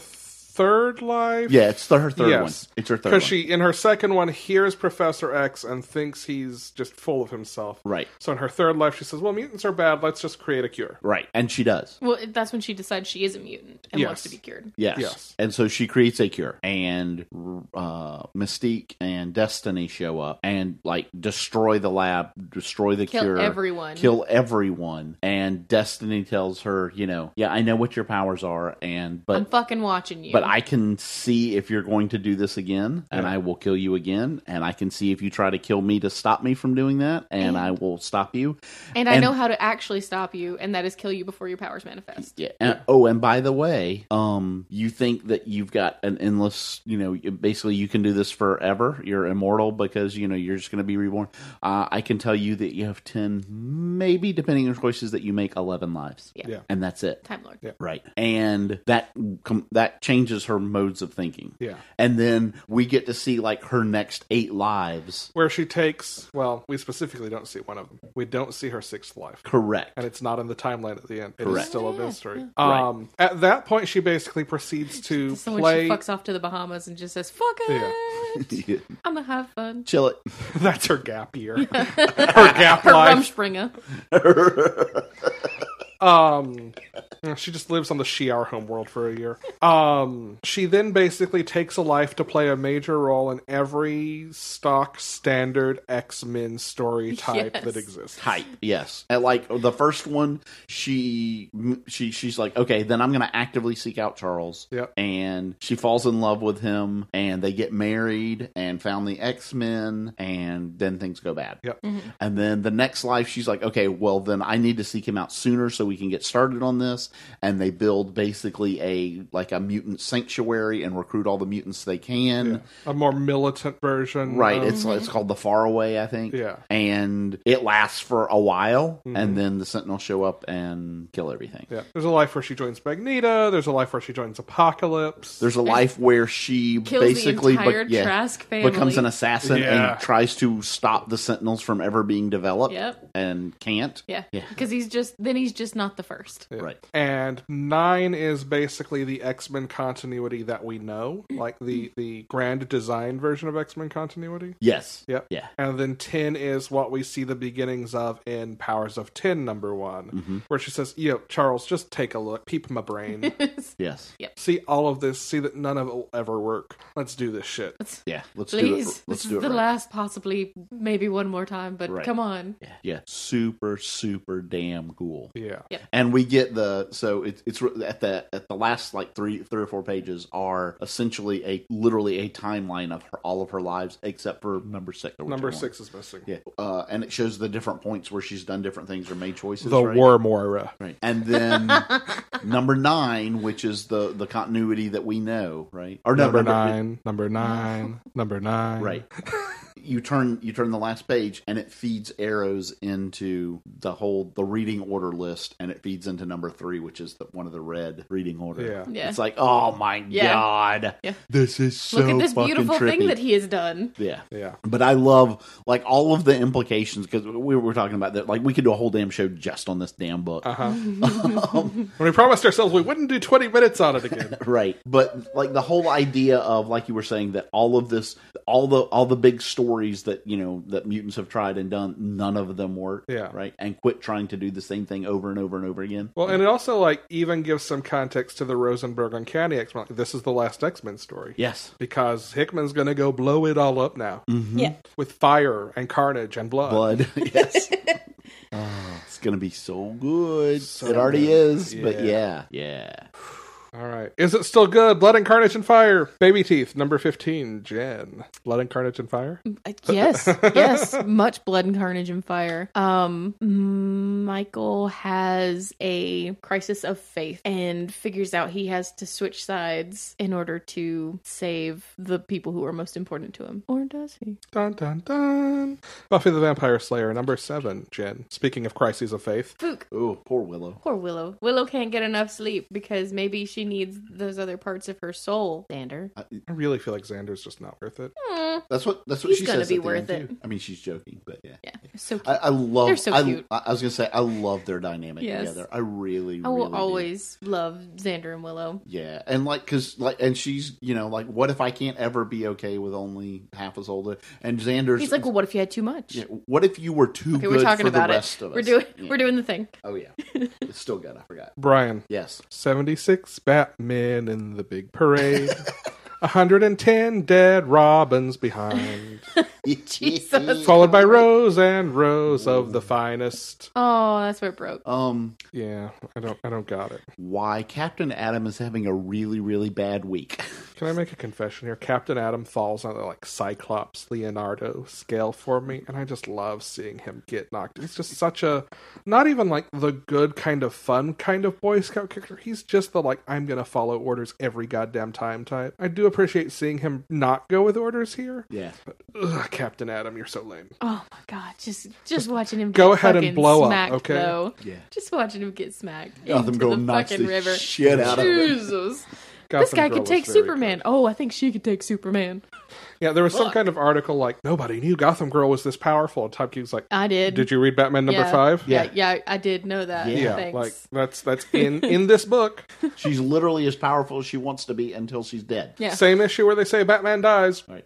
third life Yeah, it's the, her third Yes. one. It's her third one. Because she, in her second one, hears Professor X and thinks he's just full of himself. right, So in her third life, she says, "Well, mutants are bad. Let's just create a cure." right, and she does. Well, that's when she decides she is a mutant and wants Yes. to be cured. Yes. Yes. and so she creates a cure, and uh, Mystique and Destiny show up and like destroy the lab, destroy the Kill cure, everyone. kill everyone. And Destiny tells her, you know, yeah, I know what your powers are, and but I'm fucking watching you. But I can see if you're going to do this again, and Yeah. I will kill you again, and I can see if you try to kill me to stop me from doing that, and, And- I will stop you. and I and- know how to actually stop you, and that is kill you before your powers manifest. Yeah. And, oh, and by the way, um, you think that you've got an endless, you know, basically you can do this forever. You're immortal because you know you're just going to be reborn. Uh, I can tell you that you have ten, maybe depending on choices that you make, eleven lives, Yeah. Yeah. and that's it. Time Lord. Yeah. Right, and that com- that changes her modes of thinking. Yeah. and then we get to see like her next eight lives. Where she takes, well, we specifically don't see one of them. We don't see her sixth life, Correct. and it's not in the timeline at the end. It is Correct. still a Yeah, yeah. mystery. Right. Um, At that point, she basically procedes to So when play. she fucks off to the Bahamas and just says, "Fuck it, I'm gonna have fun." Chill it. That's her gap year, her gap Her life. Rumspringer. Um, she just lives on the Shiar homeworld for a year. Um, she then basically takes a life to play a major role in every stock standard X Men story type Yes. that exists. Type. Yes. And like the first one, she she she's like, okay, then I'm gonna actively seek out Charles. Yep. And she falls in love with him, and they get married, and found the X Men, and then things go bad. Yep. And then the next life, she's like, okay, well, then I need to seek him out sooner so we can get started on this. And they build basically a like a mutant sanctuary and recruit all the mutants they can. A more militant version, Right. Mm-hmm. of- It's it's called the Faraway, I think. Yeah. Mm-hmm. And it lasts for a while, and then the Sentinels show up and kill everything. yeah. There's a life where she joins Magneto. There's a life where she joins Apocalypse. There's a life where she Kills basically the but- entire yeah, Trask family. becomes an assassin Yeah. and tries to stop the Sentinels from ever being developed Yep. and can't. Yeah, Yeah. because he's just then he's just not the first. Right. and nine is basically the X Men continuity that we know, like the the grand design version of X Men continuity. Yes. Yep. Yeah. And then 10 is what we see the beginnings of in Powers of 10, number one, Mm-hmm. where she says, Yo, Charles, just take a look, peep my brain. Yes. see all of this, see that none of it will ever work. Let's do this shit. Yeah. Let's do Please, it. Let's this is do it. the right. last, possibly maybe one more time, but Right. come on. Yeah. yeah. Super super damn cool. Yeah. and we get the so it, it's re- at the at the last like three three or four pages are essentially a literally a timeline of her, all of her lives except for number six which Number I want. six is missing. yeah uh, and it shows the different points where she's done different things or made choices The right? War Moira. right and then number nine which is the the continuity that we know right or no, Number nine, number nine, number nine. right you turn you turn the last page and it feeds arrows into the whole the reading order list and it feeds into number three which is the, one of the red reading order Yeah. Yeah. it's like oh my Yeah. god Yeah. this is so Look at this fucking beautiful trippy. thing that he has done. yeah Yeah. but I love like all of the implications because we were talking about that. Like we could do a whole damn show just on this damn book. Uh huh. Um, we promised ourselves we wouldn't do 20 minutes on it again. right but like the whole idea of like you were saying that all of this all the all the big stories that you know that mutants have tried and done, none of them work. Yeah. Right, and quit trying to do the same thing over and over and over again. Well, and it also like even gives some context to the Rosenberg Uncanny X Men. Like, this is the last X Men story yes, because Hickman's going to go blow it all up now mm-hmm. Yeah. with fire and carnage and blood. blood. yes, Ah, it's gonna be so good. Oh. So it already good. is, but yeah, Yeah. yeah. All right, is it still good? Blood and carnage and fire. Baby teeth number fifteen. Jen. Blood and carnage and fire. Uh, Yes, yes, much blood and carnage and fire. Um, Michael has a crisis of faith and figures out he has to switch sides in order to save the people who are most important to him. Or does he? Dun dun dun. Buffy the Vampire Slayer number seven. Jen. Speaking of crises of faith. Fook. Oh, poor Willow. Poor Willow. Willow can't get enough sleep because maybe she needs those other parts of her soul. Xander. I, I really feel like Xander's just not worth it. Mm, that's what that's what He's she gonna says. be at the worth end, it. too. I mean, she's joking, but yeah. yeah, so cute. I, I love. They're so I, cute. I, was gonna say I love their dynamic Yes. together. I really, I will really do. always love Xander and Willow. Yeah, and like, cause like, and she's, you know, like, what if I can't ever be okay with only half as older? And Xander's He's like, well, what if you had too much? yeah, what if you were too Okay, good we're talking for about the it. rest of us? We're doing Yeah. we're doing the thing. Oh yeah, it's still good. I forgot. Brian. Yes, 76 Batman in the big parade. 110 dead robins behind. Jesus. followed by rows and rows of the finest. Oh, that's where it broke. Um, Yeah, I don't I don't got it. why Captain Adam is having a really, really bad week? Can I make a confession here? Captain Adam falls on the like Cyclops Leonardo scale for me, and I just love seeing him get knocked. He's just such a not even like the good kind of fun kind of Boy Scout character. He's just the like I'm gonna follow orders every goddamn time type. I do appreciate seeing him not go with orders here. yeah, Ugh, Captain Adam, you're so lame. Oh my god, just just watching him go get ahead and fucking blow up, smacked, okay? Oh, Though. yeah. Just watching him get smacked Gotham into Girl the knocks fucking the river. shit out of him. Jesus. Gotham this guy Girl could was take very Superman. good. Oh, I think she could take Superman. Yeah, there was some Fuck. kind of article like nobody knew Gotham Girl was this powerful. And Top Geek's like, I did. did you read Batman number Um, Yeah. five? Yeah, yeah, I did know that. Yeah. yeah Thanks. like that's that's in in this book She's literally as powerful as she wants to be until she's dead. yeah. same issue where they say batman dies Right.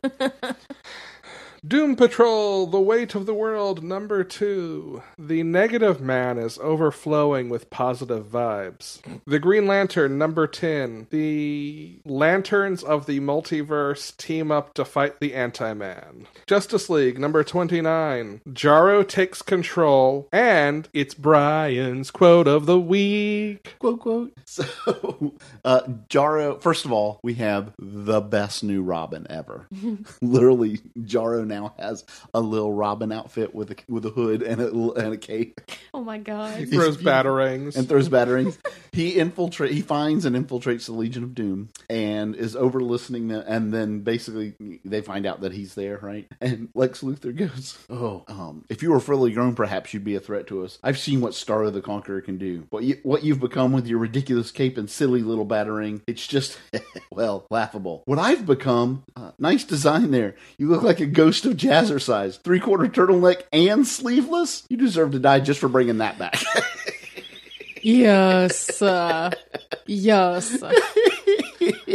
doom patrol the weight of the world number two the negative man is overflowing with positive vibes the green lantern number 10 the lanterns of the multiverse team up to fight the anti-man justice league number 29 jaro takes control and it's brian's quote of the week quote quote. So, uh, Jaro. First of all, we have the best new Robin ever. Literally, Jaro now has a little Robin outfit with a with a hood and a and a cape Oh my god. throws beautiful. batarangs and throws batterings. he infiltrate. He finds and infiltrates the Legion of Doom and is over listening them. And then basically they find out that he's there, right? And Lex Luthor goes, "Oh, um, if you were fully grown, perhaps you'd be a threat to us. I've seen what Star the Conqueror can do. What you, what you've become with your ridiculous cape and silly little battering. It's just well laughable. What I've become. Uh, nice design there. You look like a ghost of jazzercise, three quarter turtleneck and sleeveless. You deserve to die just for bringing that back." yes. uh, yes.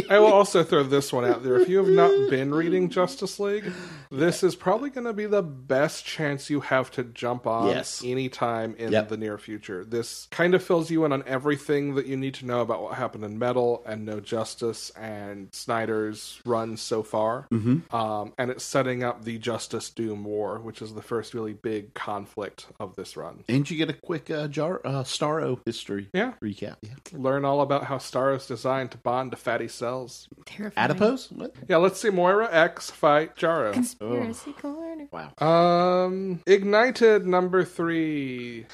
I will also throw this one out there. If you have not been reading Justice League, this is probably going to be the best chance you have to jump on Yes. anytime in Yep. the near future. This kind of fills you in on everything that you need to know about what happened in Metal and No Justice and Snyder's run so far. Mm-hmm. Um, and it's setting up the Justice Doom War, which is the first really big conflict of this run. And you get a quick uh, jar uh, Starro history Yeah, recap. Yeah. learn all about how Star is designed to bond to fatty cells. Terrifying. Adipose? What? Yeah, let's see Moira X fight Jaro. Conspiracy corner. Wow. Um, ignited number three.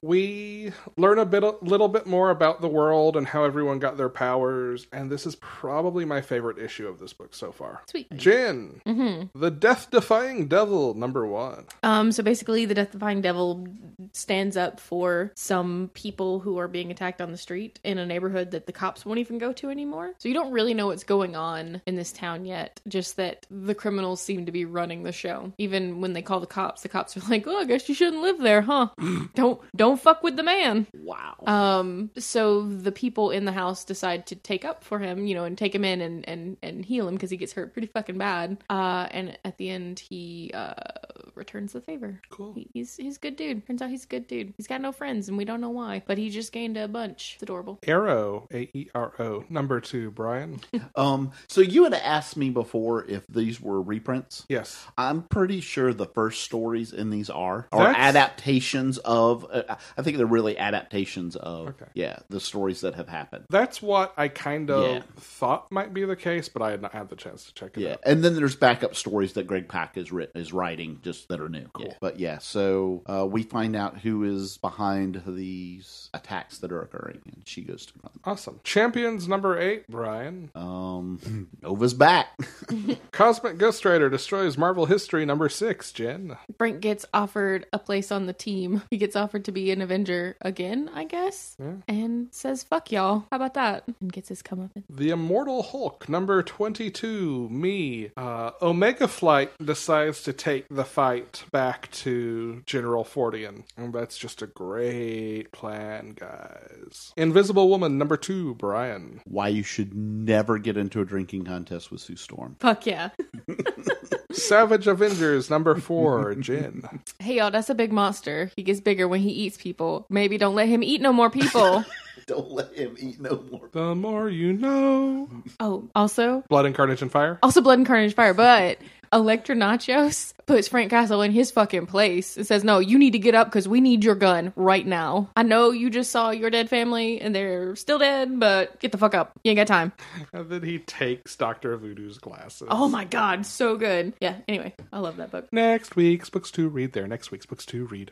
We learn a bit, a little bit more about the world and how everyone got their powers, and this is probably my favorite issue of this book so far. Sweet. Jin, Mm-hmm. the death-defying devil, number one. Um, so basically, the Death Defying Devil stands up for some people who are being attacked on the street in a neighborhood that the cops won't even go to anymore. So you don't really know what's going on in this town yet, just that the criminals seem to be running the show. Even when they call the cops, the cops are like, "Oh, I guess you shouldn't live there, huh? don't don't Don't fuck with the man. Wow. Um, so the people in the house decide to take up for him, you know, and take him in and and and heal him because he gets hurt pretty fucking bad. Uh, and at the end, he uh returns the favor. Cool. He- He's he's a good dude. Turns out he's a good dude. He's got no friends, and we don't know why, but he just gained a bunch. It's adorable. Arrow, A E R O, number two, Brian. um, so you had asked me before if these were reprints. Yes. I'm pretty sure the first stories in these are are That's- adaptations of. Uh, I think they're really adaptations of. Okay. Yeah, the stories that have happened. That's what I kind of Yeah. thought might be the case, but I had not had the chance to check it Yeah, out. and then there's backup stories that Greg Pack is writ- is writing just that are new. Cool. Yeah. But yeah, so uh, we find out who is behind these attacks that are occurring, and she goes to confront them. Awesome. Champions number eight, Brian. Um, Nova's back. Cosmic Ghost Rider destroys Marvel history number six, Jen. Brink gets offered a place on the team. He gets offered to be an Avenger again, I guess, Yeah. and says "fuck y'all." How about that? And gets his comeuppance. The Immortal Hulk, number 22, me. Uh, Omega Flight decides to take the fight back to General Fordian. And that's just a great plan, guys. Invisible Woman, number two, Brian. Why you should never get into a drinking contest with Sue Storm. Fuck yeah. Savage Avengers, number four, Jin. Hey y'all, that's a big monster. He gets bigger when he eats people. Maybe don't let him eat no more people. Don't let him eat no more. The more you know. oh, also, Blood and Carnage and Fire. also Blood and Carnage Fire, but Electra Nachos puts Frank Castle in his fucking place and says, No, you need to get up because we need your gun right now. I know you just saw your dead family and they're still dead, but get the fuck up. You ain't got time. And then he takes Dr. Voodoo's glasses. Oh my god, so good. Yeah, anyway, I love that book. Next week's books to read there. Next week's books to read.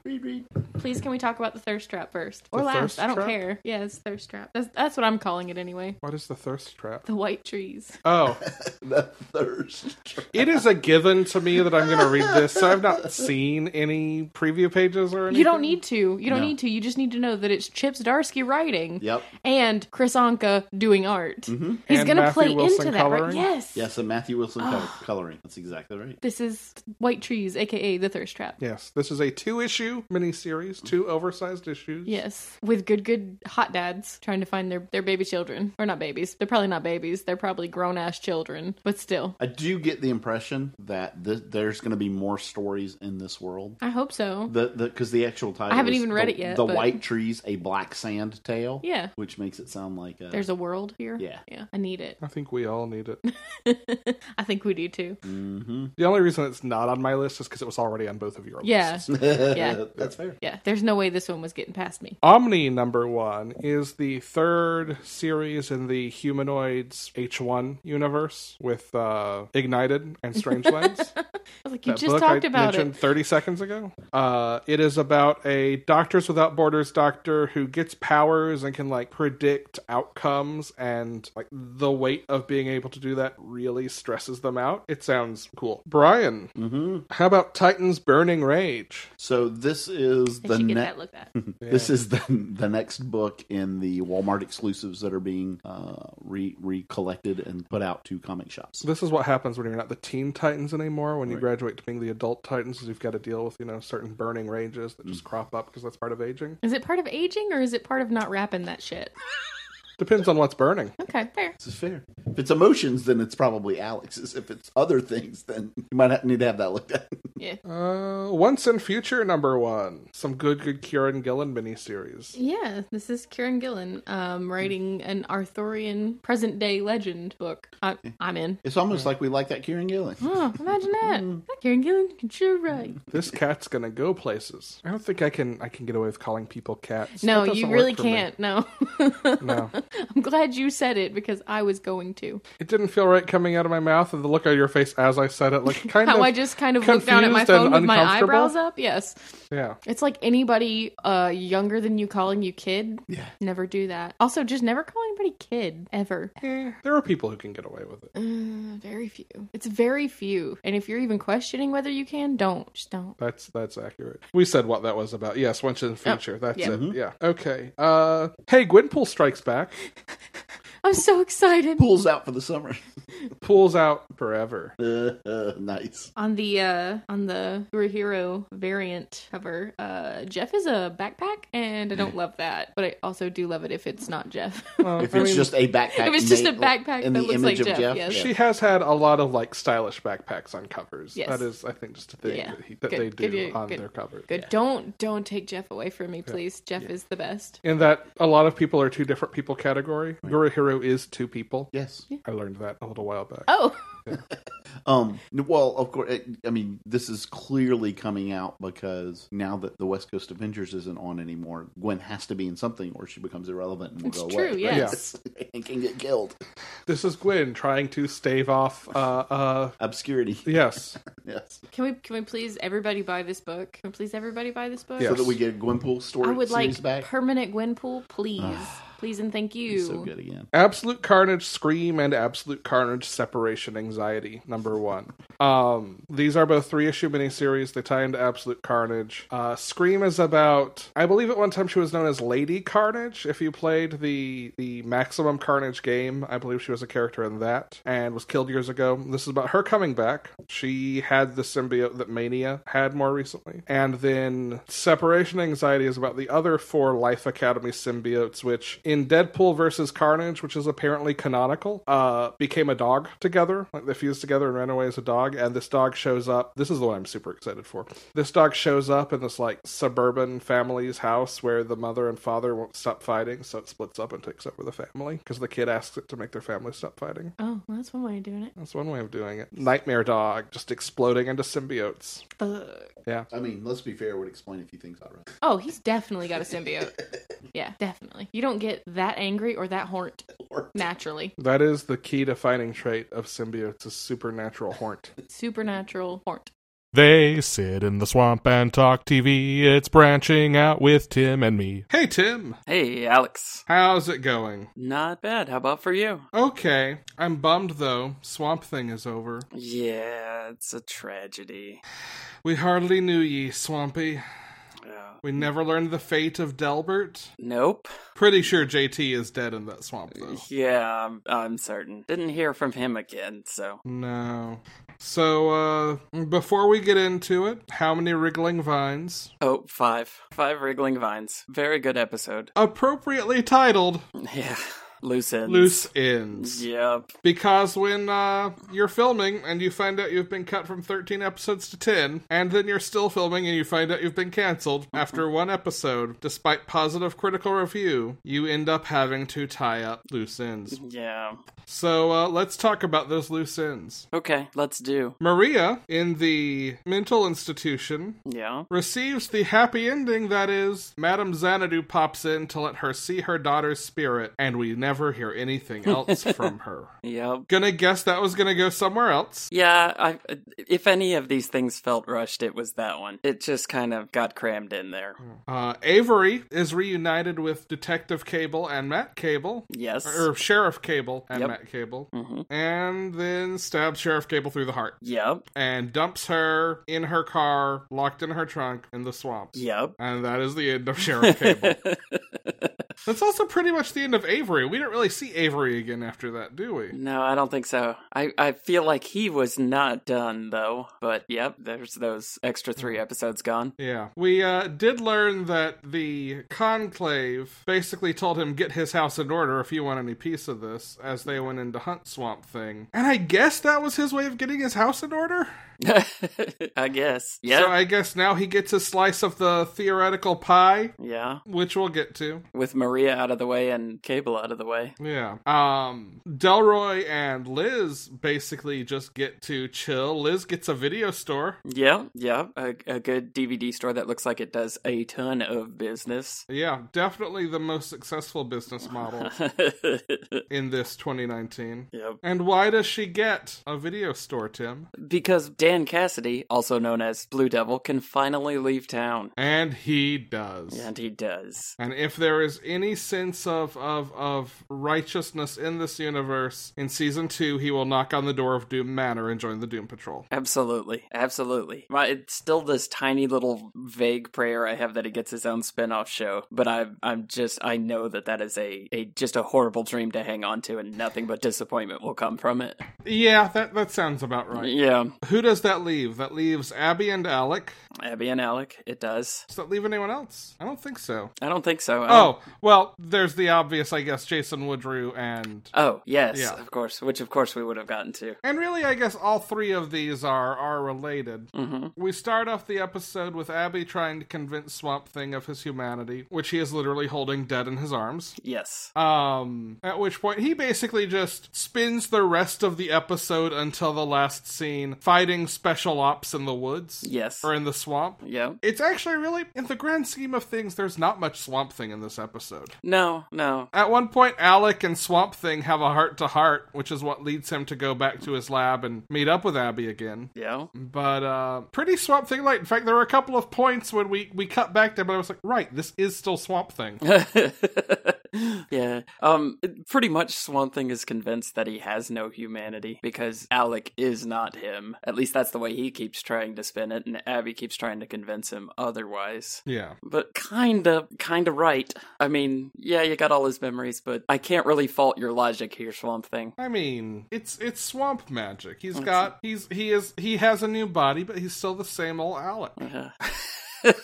Please, can we talk about the thirst trap first? Or The last? thirst I don't trap? care. Yeah, it's thirst trap. That's, that's what I'm calling it anyway. What is the thirst trap? The white trees. Oh, The thirst. it is a given to me that I'm going to read this, so I've not seen any preview pages or anything. You don't need to. You don't No. need to. You just need to know that it's Chips Darsky writing Yep. and Chris Anka doing art. Mhm. He's And going to Matthew play Wilson into that, right? coloring? Yes. Yes, and Matthew Wilson color coloring. That's exactly right. This is White Trees, aka The Thirst Trap. Yes, this is a two issue miniseries, two oversized issues. Yes, with good, good hot dads trying to find their, their baby children. Or not babies. They're probably not babies. They're probably grown ass children, but still. I do get the impression that th- there's going to be more stories in this world. I hope so. The because the, actual title haven't is even read the, it yet, The but- White Trees, a Black Sand Tale. Yeah. which makes it sound like a, There's a world here. Yeah. Yeah. I need it. I think we all need it. I think we do too. hmm the only reason it's not on my list is because it was already on both of your Yeah. lists. yeah, that's fair. Yeah. There's no way this one was getting past me. Omni number one is the third series in the humanoids H1 universe with uh, Ignited and Strangelands. I was like, you That just book talked I about it. mentioned 30 seconds ago. Uh, it is about a Doctors Without Borders doctor who gets powers and can like predict outcomes, and like the weight of being able to do that really stresses them out. It sounds cool. Brian, hmm how about Titan's Burning Rage? So this is I the should get next. that looked at. This is the the next book in the Walmart exclusives that are being uh, re recollected and put out to comic shops. This is what happens when you're not the Teen Titans anymore. When you Right. graduate to being the Adult Titans, is you've got to deal with you know certain burning rages that just crop up because that's part of aging. Is it part of aging or is it part of not wrapping that shit? Depends on what's burning. Okay, fair. This is fair. If it's emotions, then it's probably Alex's. If it's other things, then you might have, need to have that looked at. Yeah. Uh, Once in Future number one. Some good, good Kieran Gillen miniseries. Yeah, this is Kieran Gillen um, writing an Arthurian present day legend book. I, I'm in. It's almost like we like that Kieran Gillen. Oh, imagine that. That Kieran Gillen can sure write. Hmm. This cat's gonna go places. I don't think I can. I can get away with calling people cats. No, That doesn't you work really for me. can't. No. No. I'm glad you said it because I was going to. It didn't feel right coming out of my mouth, and the look on your face as I said it, like kind How of. I just kind of looked down at confused my phone and with my uncomfortable? eyebrows up. Yes. yeah. It's like anybody uh, younger than you calling you kid. Yeah. Never do that. Also, just never call anybody kid ever. Eh, there are people who can get away with it. Uh, very few. It's very few. And if you're even questioning whether you can, don't. Just don't. That's that's accurate. We said what that was about. Yes, once in the future. that's Oh, yeah. Mm-hmm. it. Yeah. Okay. Uh, hey, Gwynpool strikes back. I'm so excited. Pulls out for the summer. Pulls out forever. nice. On the uh on the Guru Hero variant cover, uh Jeff is a backpack and I don't love that, but I also do love it if it's not Jeff. Uh, Well, If I it's mean, just a backpack, if it's just a made- backpack in that the looks image like of Jeff, Jeff, yes. yeah. she has had a lot of like stylish backpacks on covers. Yes. That is, I think, just a thing Yeah. that, he, that Good, they do good, good, on good, their covers. Good. Don't don't take Jeff away from me, please. Jeff is the best. In that a lot of people are two different people category. Guru Hero is two people. yes. I learned that a little while back. Oh, Um. Well, of course. It, I mean, this is clearly coming out because now that the West Coast Avengers isn't on anymore, Gwen has to be in something, or she becomes irrelevant and will It's go true, away. yes. and can get killed. This is Gwyn trying to stave off. Uh, uh, Obscurity. yes, Yes. can we can we please everybody buy this book? Can we please everybody buy this book? Yes. So that we get Gwenpool story I would series like back. permanent Gwenpool, please. please and thank you. Ah, so good again. absolute carnage, scream, and absolute carnage separation anxiety. Number one. Um, these are both three issue miniseries. They tie into absolute carnage. Uh, scream is about. I believe at one time she was known as Lady Carnage. If you played the the Maximum Carnage game, I believe she was a character in that and was killed years ago. This is about her coming back. She had the symbiote that Mania had more recently. And then Separation Anxiety is about the other four Life Academy symbiotes, which in Deadpool versus Carnage, which is apparently canonical, uh, became a dog together. Like they fused together and ran away as a dog. And this dog shows up. This is the one I'm super excited for. This dog shows up in this like suburban family's house where the mother and father won't stop fighting. So it splits up and takes over the family because the kid asks it to make their family stop fighting. Oh, well, that's one way of doing it. That's one way of doing it. Nightmare dog just exploding into symbiotes. Ugh. I mean, let's be fair. Would explain a few things already. Oh, he's definitely got a symbiote. yeah, definitely. You don't get that angry or that horned Or- naturally. That is the key defining trait of symbiotes is supernatural haunt. Supernatural horned. They sit in the swamp and talk TV. It's branching out with Tim and me. Hey, Tim. Hey, Alex. How's it going? Not bad. How about for you? Okay. I'm bummed though. Swamp thing is over. Yeah, it's a tragedy. We hardly knew ye, Swampy. Uh, We never learned the fate of Delbert. nope. Pretty sure JT is dead in that swamp though. Yeah, I'm, I'm certain. Didn't hear from him again, so. Mm. No. So, uh, before we get into it, how many wriggling vines? Oh, five. Five Wriggling Vines. Very good episode. Appropriately titled Yeah. Loose ends. Loose Ends. Yep. Because when uh, you're filming and you find out you've been cut from 13 episodes to 10, and then you're still filming and you find out you've been canceled after one episode, despite positive critical review, you end up having to tie up loose ends. Yeah. So uh, let's talk about those loose ends. Okay, let's do. Maria, in the mental institution, Yeah. receives the happy ending that is, Madame Xanadu pops in to let her see her daughter's spirit, and we never hear anything else from her. Yep. Gonna guess that was gonna go somewhere else. Yeah, I, uh, if any of these things felt rushed, it was that one. It just kind of got crammed in there. Uh, Avery is reunited with Detective Cable and Matt Cable, Yes. or Sheriff Cable and Yep. Matt Cable, hmm and then stabs Sheriff Cable through the heart Yep. and dumps her in her car, locked in her trunk, in the swamp. Yep. And that is the end of Sheriff Cable. That's also pretty much the end of Avery. We didn't really see Avery again after that, do we? no, I don't think so. I, I feel like he was not done, though. But yep, there's those extra Mm. three episodes gone. Yeah. We uh, did learn that the Conclave basically told him, get his house in order if you want any piece of this, as they went into Hunt Swamp Thing. And I guess that was his way of getting his house in order? I guess. Yeah. So I guess now he gets a slice of the theoretical pie, yeah. which we'll get to. With Maria out of the way and Cable out of the way. Yeah. Um Delroy and Liz basically just get to chill. Liz gets a video store. Yeah. Yeah. A, a good DVD store that looks like it does a ton of business. Yeah, definitely the most successful business model in this 2019. yep. And why does she get a video store, Tim? Because Dan Cassidy, also known as Blue Devil, can finally leave town. And he does. And he does. And if there is any any sense of, of of righteousness in this universe, in season two, he will knock on the door of Doom Manor and join the Doom Patrol. Absolutely, absolutely. My, it's still this tiny little vague prayer I have that he gets his own spin-off show, but I, I'm just I know that that is a, a just a horrible dream to hang on to, and nothing but disappointment will come from it. Yeah, that that sounds about right. Yeah, Who does that leave? That leaves Abby and Alec. Abby and Alec, it does. Does that leave anyone else? I don't think so. I don't think so. I don't- Oh well, there's the obvious, I guess. Jason Woodrue and oh yes, Yeah. of course. Which of course we would have gotten to. and really, I guess all three of these are are related. hmm We start off the episode with Abby trying to convince Swamp Thing of his humanity, which he is literally holding dead in his arms. Yes. Um, at which point he basically just spins the rest of the episode until the last scene fighting special ops in the woods Yes. or in the swamp. Yeah. It's actually really, in the grand scheme of things, there's not much Swamp Thing in this episode. No. No. At one point, Alec and Swamp Thing have a heart to heart, which is what leads him to go back to his lab and meet up with Abby again. Yeah. But uh pretty Swamp Thing like. In fact, there were a couple of points when we we cut back there, but I was like, right, this is still Swamp Thing. yeah. Um pretty much Swamp Thing is convinced that he has no humanity because Alec is not him. At least that's the way he keeps trying to spin it and Abby keeps trying to convince him otherwise. Yeah. But kinda kinda right. I mean, yeah, you got all his memories, but I can't really fault your logic here, Swamp Thing. I mean, it's it's swamp magic. He's got he's he is he has a new body, but he's still the same old Alec. Yeah.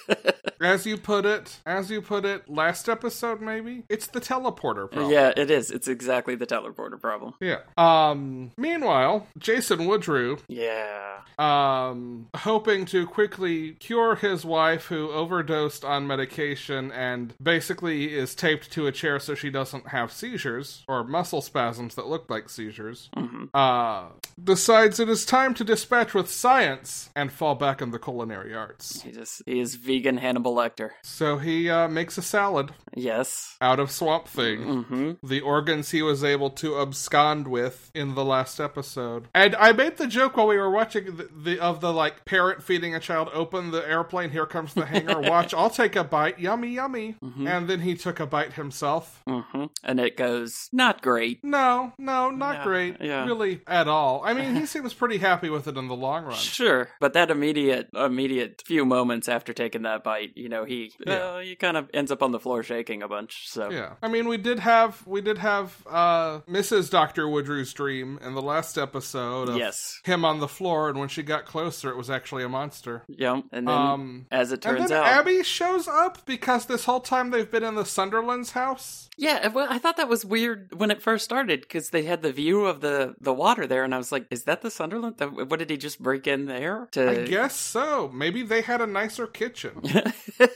As you put it, as you put it, last episode maybe it's the teleporter problem. yeah, it is. It's exactly the teleporter problem. Yeah. Um. Meanwhile, Jason Woodrue, Yeah. um, hoping to quickly cure his wife who overdosed on medication and basically is taped to a chair so she doesn't have seizures or muscle spasms that look like seizures. hmm uh, decides it is time to dispatch with science and fall back on the culinary arts. He just he is vegan Hannibal Lecter. So he uh, makes a salad Yes. out of Swamp Thing. Mm-hmm. The organs he was able to abscond with in the last episode, and I made the joke while we were watching the, the of the like parrot feeding a child. Open the airplane, here comes the hanger. Watch, I'll take a bite. Yummy, yummy. Mhm. And then he took a bite himself. hmm And it goes not great. No, no, not Yeah, great, yeah. really at all. I mean, he seems pretty happy with it in the long run. Sure, but that immediate immediate few moments after taking that bite, you know, he Yeah. uh, he kind of ends up on the floor shaking a bunch. So Yeah, I mean, we did have we did have uh, Mrs. Doctor Woodrew's dream in the last episode of yes, him on the floor, and when she got closer, it was actually a monster. yeah, and then Um, as it and turns then out, Abby shows up because this whole time they've been in the Sunderland's house. yeah, well, I thought that was weird when it first started because they had the view of the the water there, and I was like, is that the Sunderland? That- What did he just break in there to? I guess so. Maybe they had a nicer kitchen.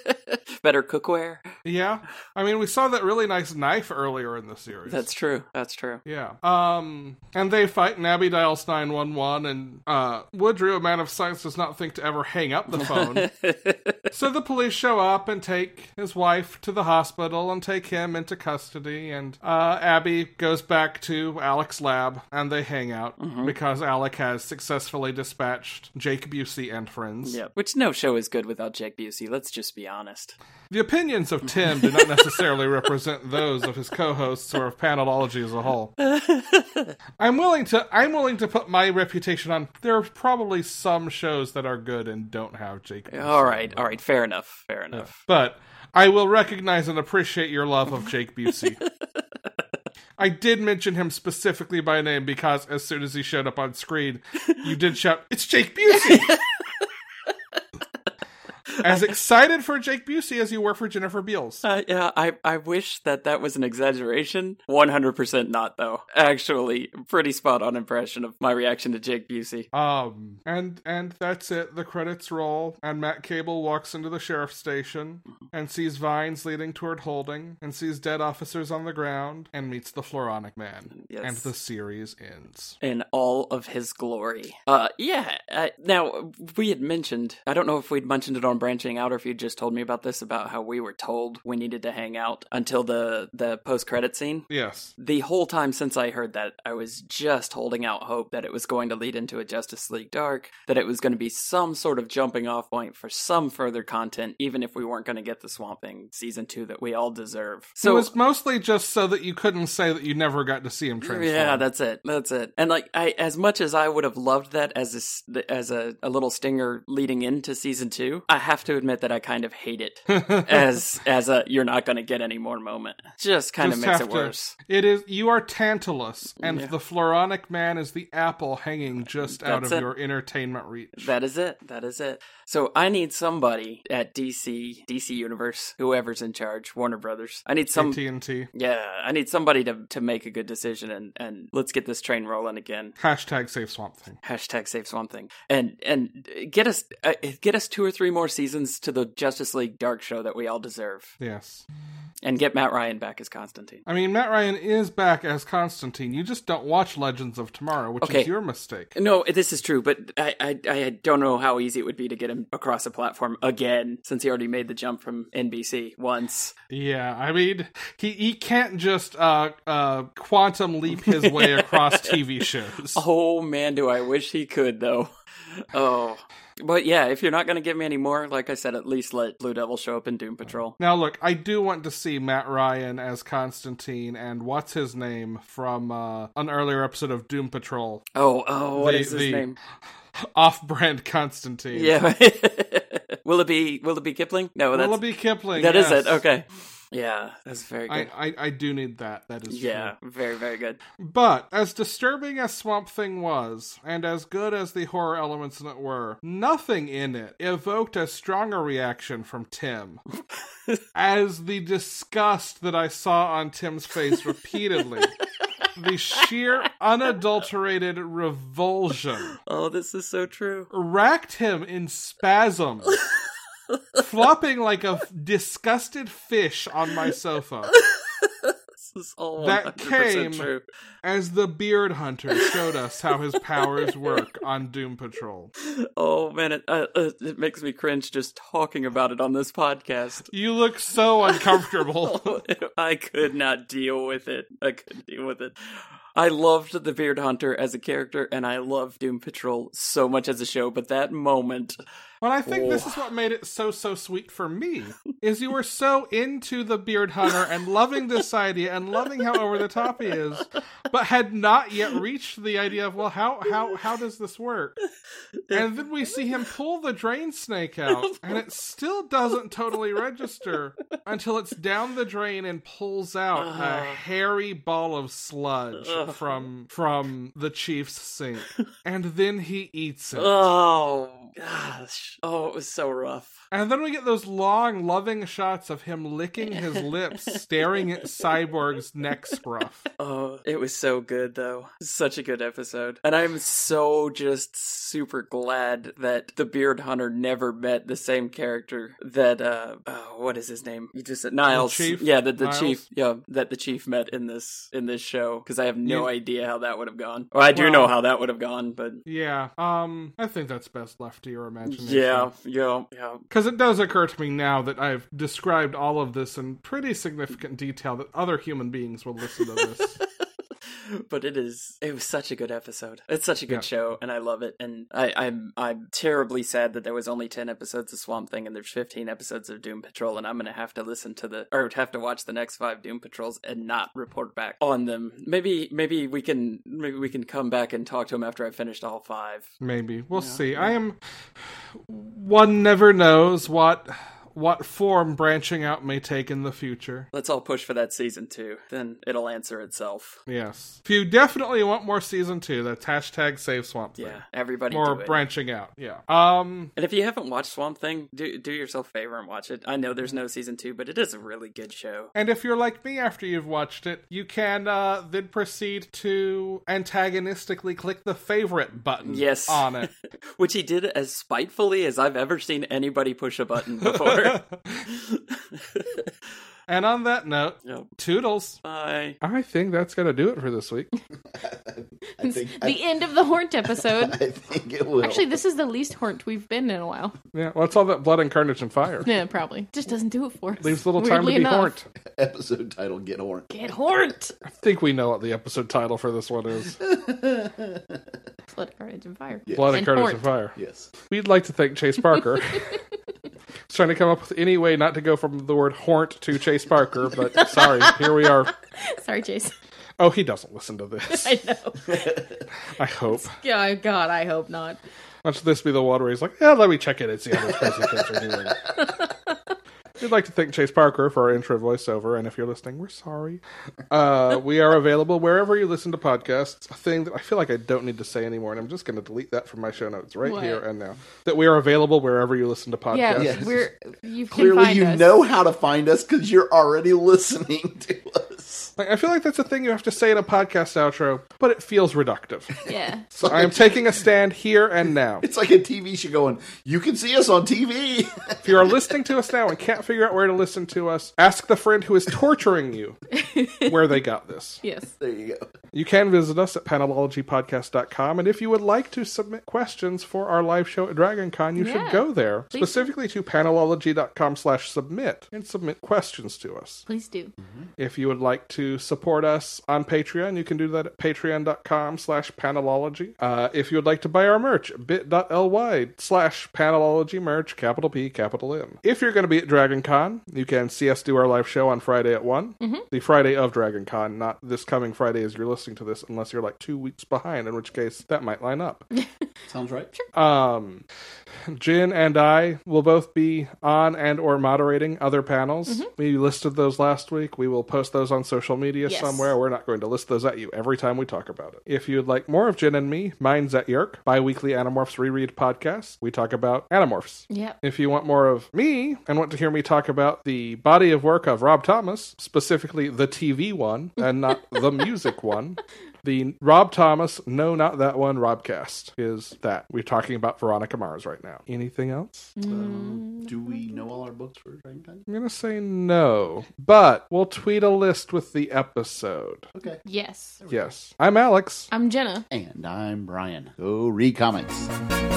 Better cookware. yeah, I mean, we saw that really nice knife earlier in the series. That's true. That's true. Yeah. Um, and they fight, and Abby dials 911, and uh, Woodrow, a man of science, does not think to ever hang up the phone. so the police show up and take his wife to the hospital and take him into custody, and uh, Abby goes back to Alec's lab, and they hang out because Alec has successfully dispatched Jake Busey and friends. Yeah, which no show is good without Jake Busey. Let's just be honest. The opinions of Tim do not necessarily represent those of his co-hosts or of panelology as a whole. I'm willing to I'm willing to put my reputation on. There are probably some shows that are good and don't have Jake. Busey. All right, all right, fair enough, fair enough. but I will recognize and appreciate your love of Jake Busey. I did mention him specifically by name because as soon as he showed up on screen, you did shout, "It's Jake Busey!" as excited for Jake Busey as you were for Jennifer Beals. Uh, yeah, I, I wish that that was an exaggeration. 100% not, though. Actually, pretty spot on impression of my reaction to Jake Busey. Um, and and that's it. The credits roll, and Matt Cable walks into the sheriff's station and sees vines leading toward holding, and sees dead officers on the ground, and meets the Floronic Man. Yes. And the series ends. In all of his glory. Uh, yeah. Uh, now, we had mentioned, I don't know if we'd mentioned it on mentioning out, or if you just told me about this, about how we were told we needed to hang out until the the post credit scene. Yes. The whole time since I heard that, I was just holding out hope that it was going to lead into a Justice League Dark, that it was going to be some sort of jumping off point for some further content, even if we weren't going to get the Swamp Thing season two that we all deserve. So, it So was mostly just so that you couldn't say that you never got to see him transform. yeah, that's it. That's it. And like, I as much as I would have loved that as a s- as a, a little stinger leading into season two, I have to admit that I kind of hate it as as a you're not going to get any more moment. Just kind Just of makes have it to- worse. It is you are Tantalus, and Yeah. the Floronic Man is the apple hanging just out That's of it. your entertainment reach. That is it. That is it. So I need somebody at DC, DC Universe, whoever's in charge, Warner Brothers. I need some. AT&T. Yeah, I need somebody to to make a good decision and and let's get this train rolling again. Hashtag save swamp thing. Hashtag save Swamp Thing, and and get us uh, get us two or three more seasons to the Justice League Dark show that we all deserve, Yes. and get Matt Ryan back as Constantine. I mean Matt Ryan is back as Constantine. You just don't watch Legends of Tomorrow, which Okay. is your mistake. No, this is true, but I, I I don't know how easy it would be to get him across a platform again, since he already made the jump from NBC once. Yeah, I mean he he can't just uh uh quantum leap his way across TV shows. Oh man, do I wish he could though. Oh. But yeah, if you're not going to give me any more, like I said, at least let Blue Devil show up in Doom Patrol. Now, look, I do want to see Matt Ryan as Constantine and what's his name from uh, an earlier episode of Doom Patrol. Oh, oh, what The- is his the- name? Off-brand Constantine. Yeah. will it be Will it be Kipling? No, that's Willoughby Kipling. that is yes. it. Okay. Yeah, that's very I, good. I, I do need that. That is yeah, very very good. true. But as disturbing as Swamp Thing was, and as good as the horror elements in it were, nothing in it evoked a stronger reaction from Tim as the disgust that I saw on Tim's face repeatedly. the sheer unadulterated revulsion Oh, this is so true. racked him in spasms, flopping like a f- disgusted fish on my sofa This is all That 100% came- true. as the beard hunter showed us how his powers work on Doom Patrol. Oh man, it, uh, uh, it makes me cringe just talking about it on this podcast. You look so uncomfortable. I could not deal with it. I couldn't deal with it. I loved the Beard Hunter as a character, and I loved Doom Patrol so much as a show. But that moment, Well, I think this Oh. is what made it so so sweet for me is you were so into the beard hunter and loving this idea and loving how over the top he is, but had not yet reached the idea of well how how how does this work? And then we see him pull the drain snake out, and it still doesn't totally register until it's down the drain and pulls out a Ugh. hairy ball of sludge Ugh. from from the chief's sink, and then he eats it. oh gosh, oh it was so rough. And then we get those long, loving shots of him licking his lips, staring at Cyborg's neck scruff. Oh, it was so good though. Such a good episode, and I'm so just super glad that the Beard Hunter never met the same character that uh, oh, what is his name? You just said Niles. chief? Yeah, that the Niles? chief. Yeah, that the chief met in this in this show because I have You- no idea how that would have gone. Well, I do Well- know how that would have gone, but Yeah, um, I think that's best left to your imagination. yeah, yeah, yeah. Because it does occur to me now that I've described all of this in pretty significant detail that other human beings will listen to this. but it is it was such a good episode it's such a good Yeah. show and i love it and i i'm i'm terribly sad that there was only 10 episodes of swamp thing and there's 15 episodes of doom patrol and i'm gonna have to listen to the or have to watch the next five doom patrols and not report back on them maybe maybe we can maybe we can come back and talk to him after i've finished all five Maybe. We'll Yeah, see. yeah. I am. One never knows what. What form branching out may take in the future. let's all push for that season two then it'll answer itself Yes. If you definitely want more season two, that's hashtag save swamp thing. yeah everybody More do it. branching out. Yeah. Um. And if you haven't watched Swamp Thing, do do yourself a favor and watch it. I know there's no season two, but it is a really good show. And if you're like me after you've watched it, you can uh, then proceed to antagonistically click the favorite button Yes. on it. Which he did as spitefully as I've ever seen anybody push a button before. And on that note, Yep. toodles. Oh, Bye. I think that's going to do it for this week. I It's think the end of the Hornt episode. I think it will. Actually, this is the least Hornt we've been in a while. Yeah, well, it's all that blood and carnage and fire. Yeah, probably. Just doesn't do it for us. Leaves little time to Weirdly be enough. horned. episode title get horn. Get Hornt! I think we know what the episode title for this one is Blood, Carnage, and Fire. Yes. Blood and, And Carnage horned. and Fire. yes. We'd like to thank Chase Parker. He's trying to come up with any way not to go from the word hornt to Chase Parker, but sorry, here we are. Sorry, Chase. Oh, he doesn't listen to this. I know. I hope. Yeah, oh, God, I hope not. Watch this be the one where he's like, yeah, let me check it and see how this crazy kids are doing. We'd like to thank Chase Parker for our intro voiceover, and if you're listening, we're sorry. Uh, we are available wherever you listen to podcasts. It's A thing that I feel like I don't need to say anymore, and I'm just going to delete that from my show notes right What? here and now. That we are available wherever you listen to podcasts. Yeah, Yes. we're you can Clearly, find you us. know how to find us because you're already listening to us. Like, I feel like that's a thing you have to say in a podcast outro, but it feels reductive. Yeah, So I am taking a stand here and now. It's like a TV show going, you can see us on TV. If you are listening to us now and can't figure out where to listen to us, ask the friend who is torturing you where they got this. yes. there you go. You can visit us at panelologypodcast.com, and if you would like to submit questions for our live show at Dragon Con, you should Yeah. go there, Please. specifically to panelology.com slash submit, and submit questions to us. Please do. If you would like to support us on Patreon, you can do that at patreon.com slash panelology. Uh, if you would like to buy our merch, bit.ly slash panelology merch, capital P, capital M. If you're going to be at Dragon Con, you can see us do our live show on Friday at one the Friday of Dragon Con, not this coming Friday as you're listening to this, unless you're like two weeks behind, in which case that might line up. Sounds right. Um, Jin and I will both be on and or moderating other panels. We listed those last week. We will post those on social media Yes. somewhere. We're not going to list those at you every time we talk about it. If you'd like more of Jin and me, mine's at Yerk, bi-weekly Animorphs reread podcast. We talk about Animorphs. Yeah. If you want more of me and want to hear me talk about the body of work of Rob Thomas, specifically the TV one and not the music one, the Rob Thomas, no, not that one, Robcast is that. We're talking about Veronica Mars right now. Anything else? Um, Mm. do we know all our books for Dragon Con? I'm going to say no, but we'll tweet a list with the episode. Okay. Yes. Yes. I'm Alex. I'm Jenna. And I'm Brian. Go read comics.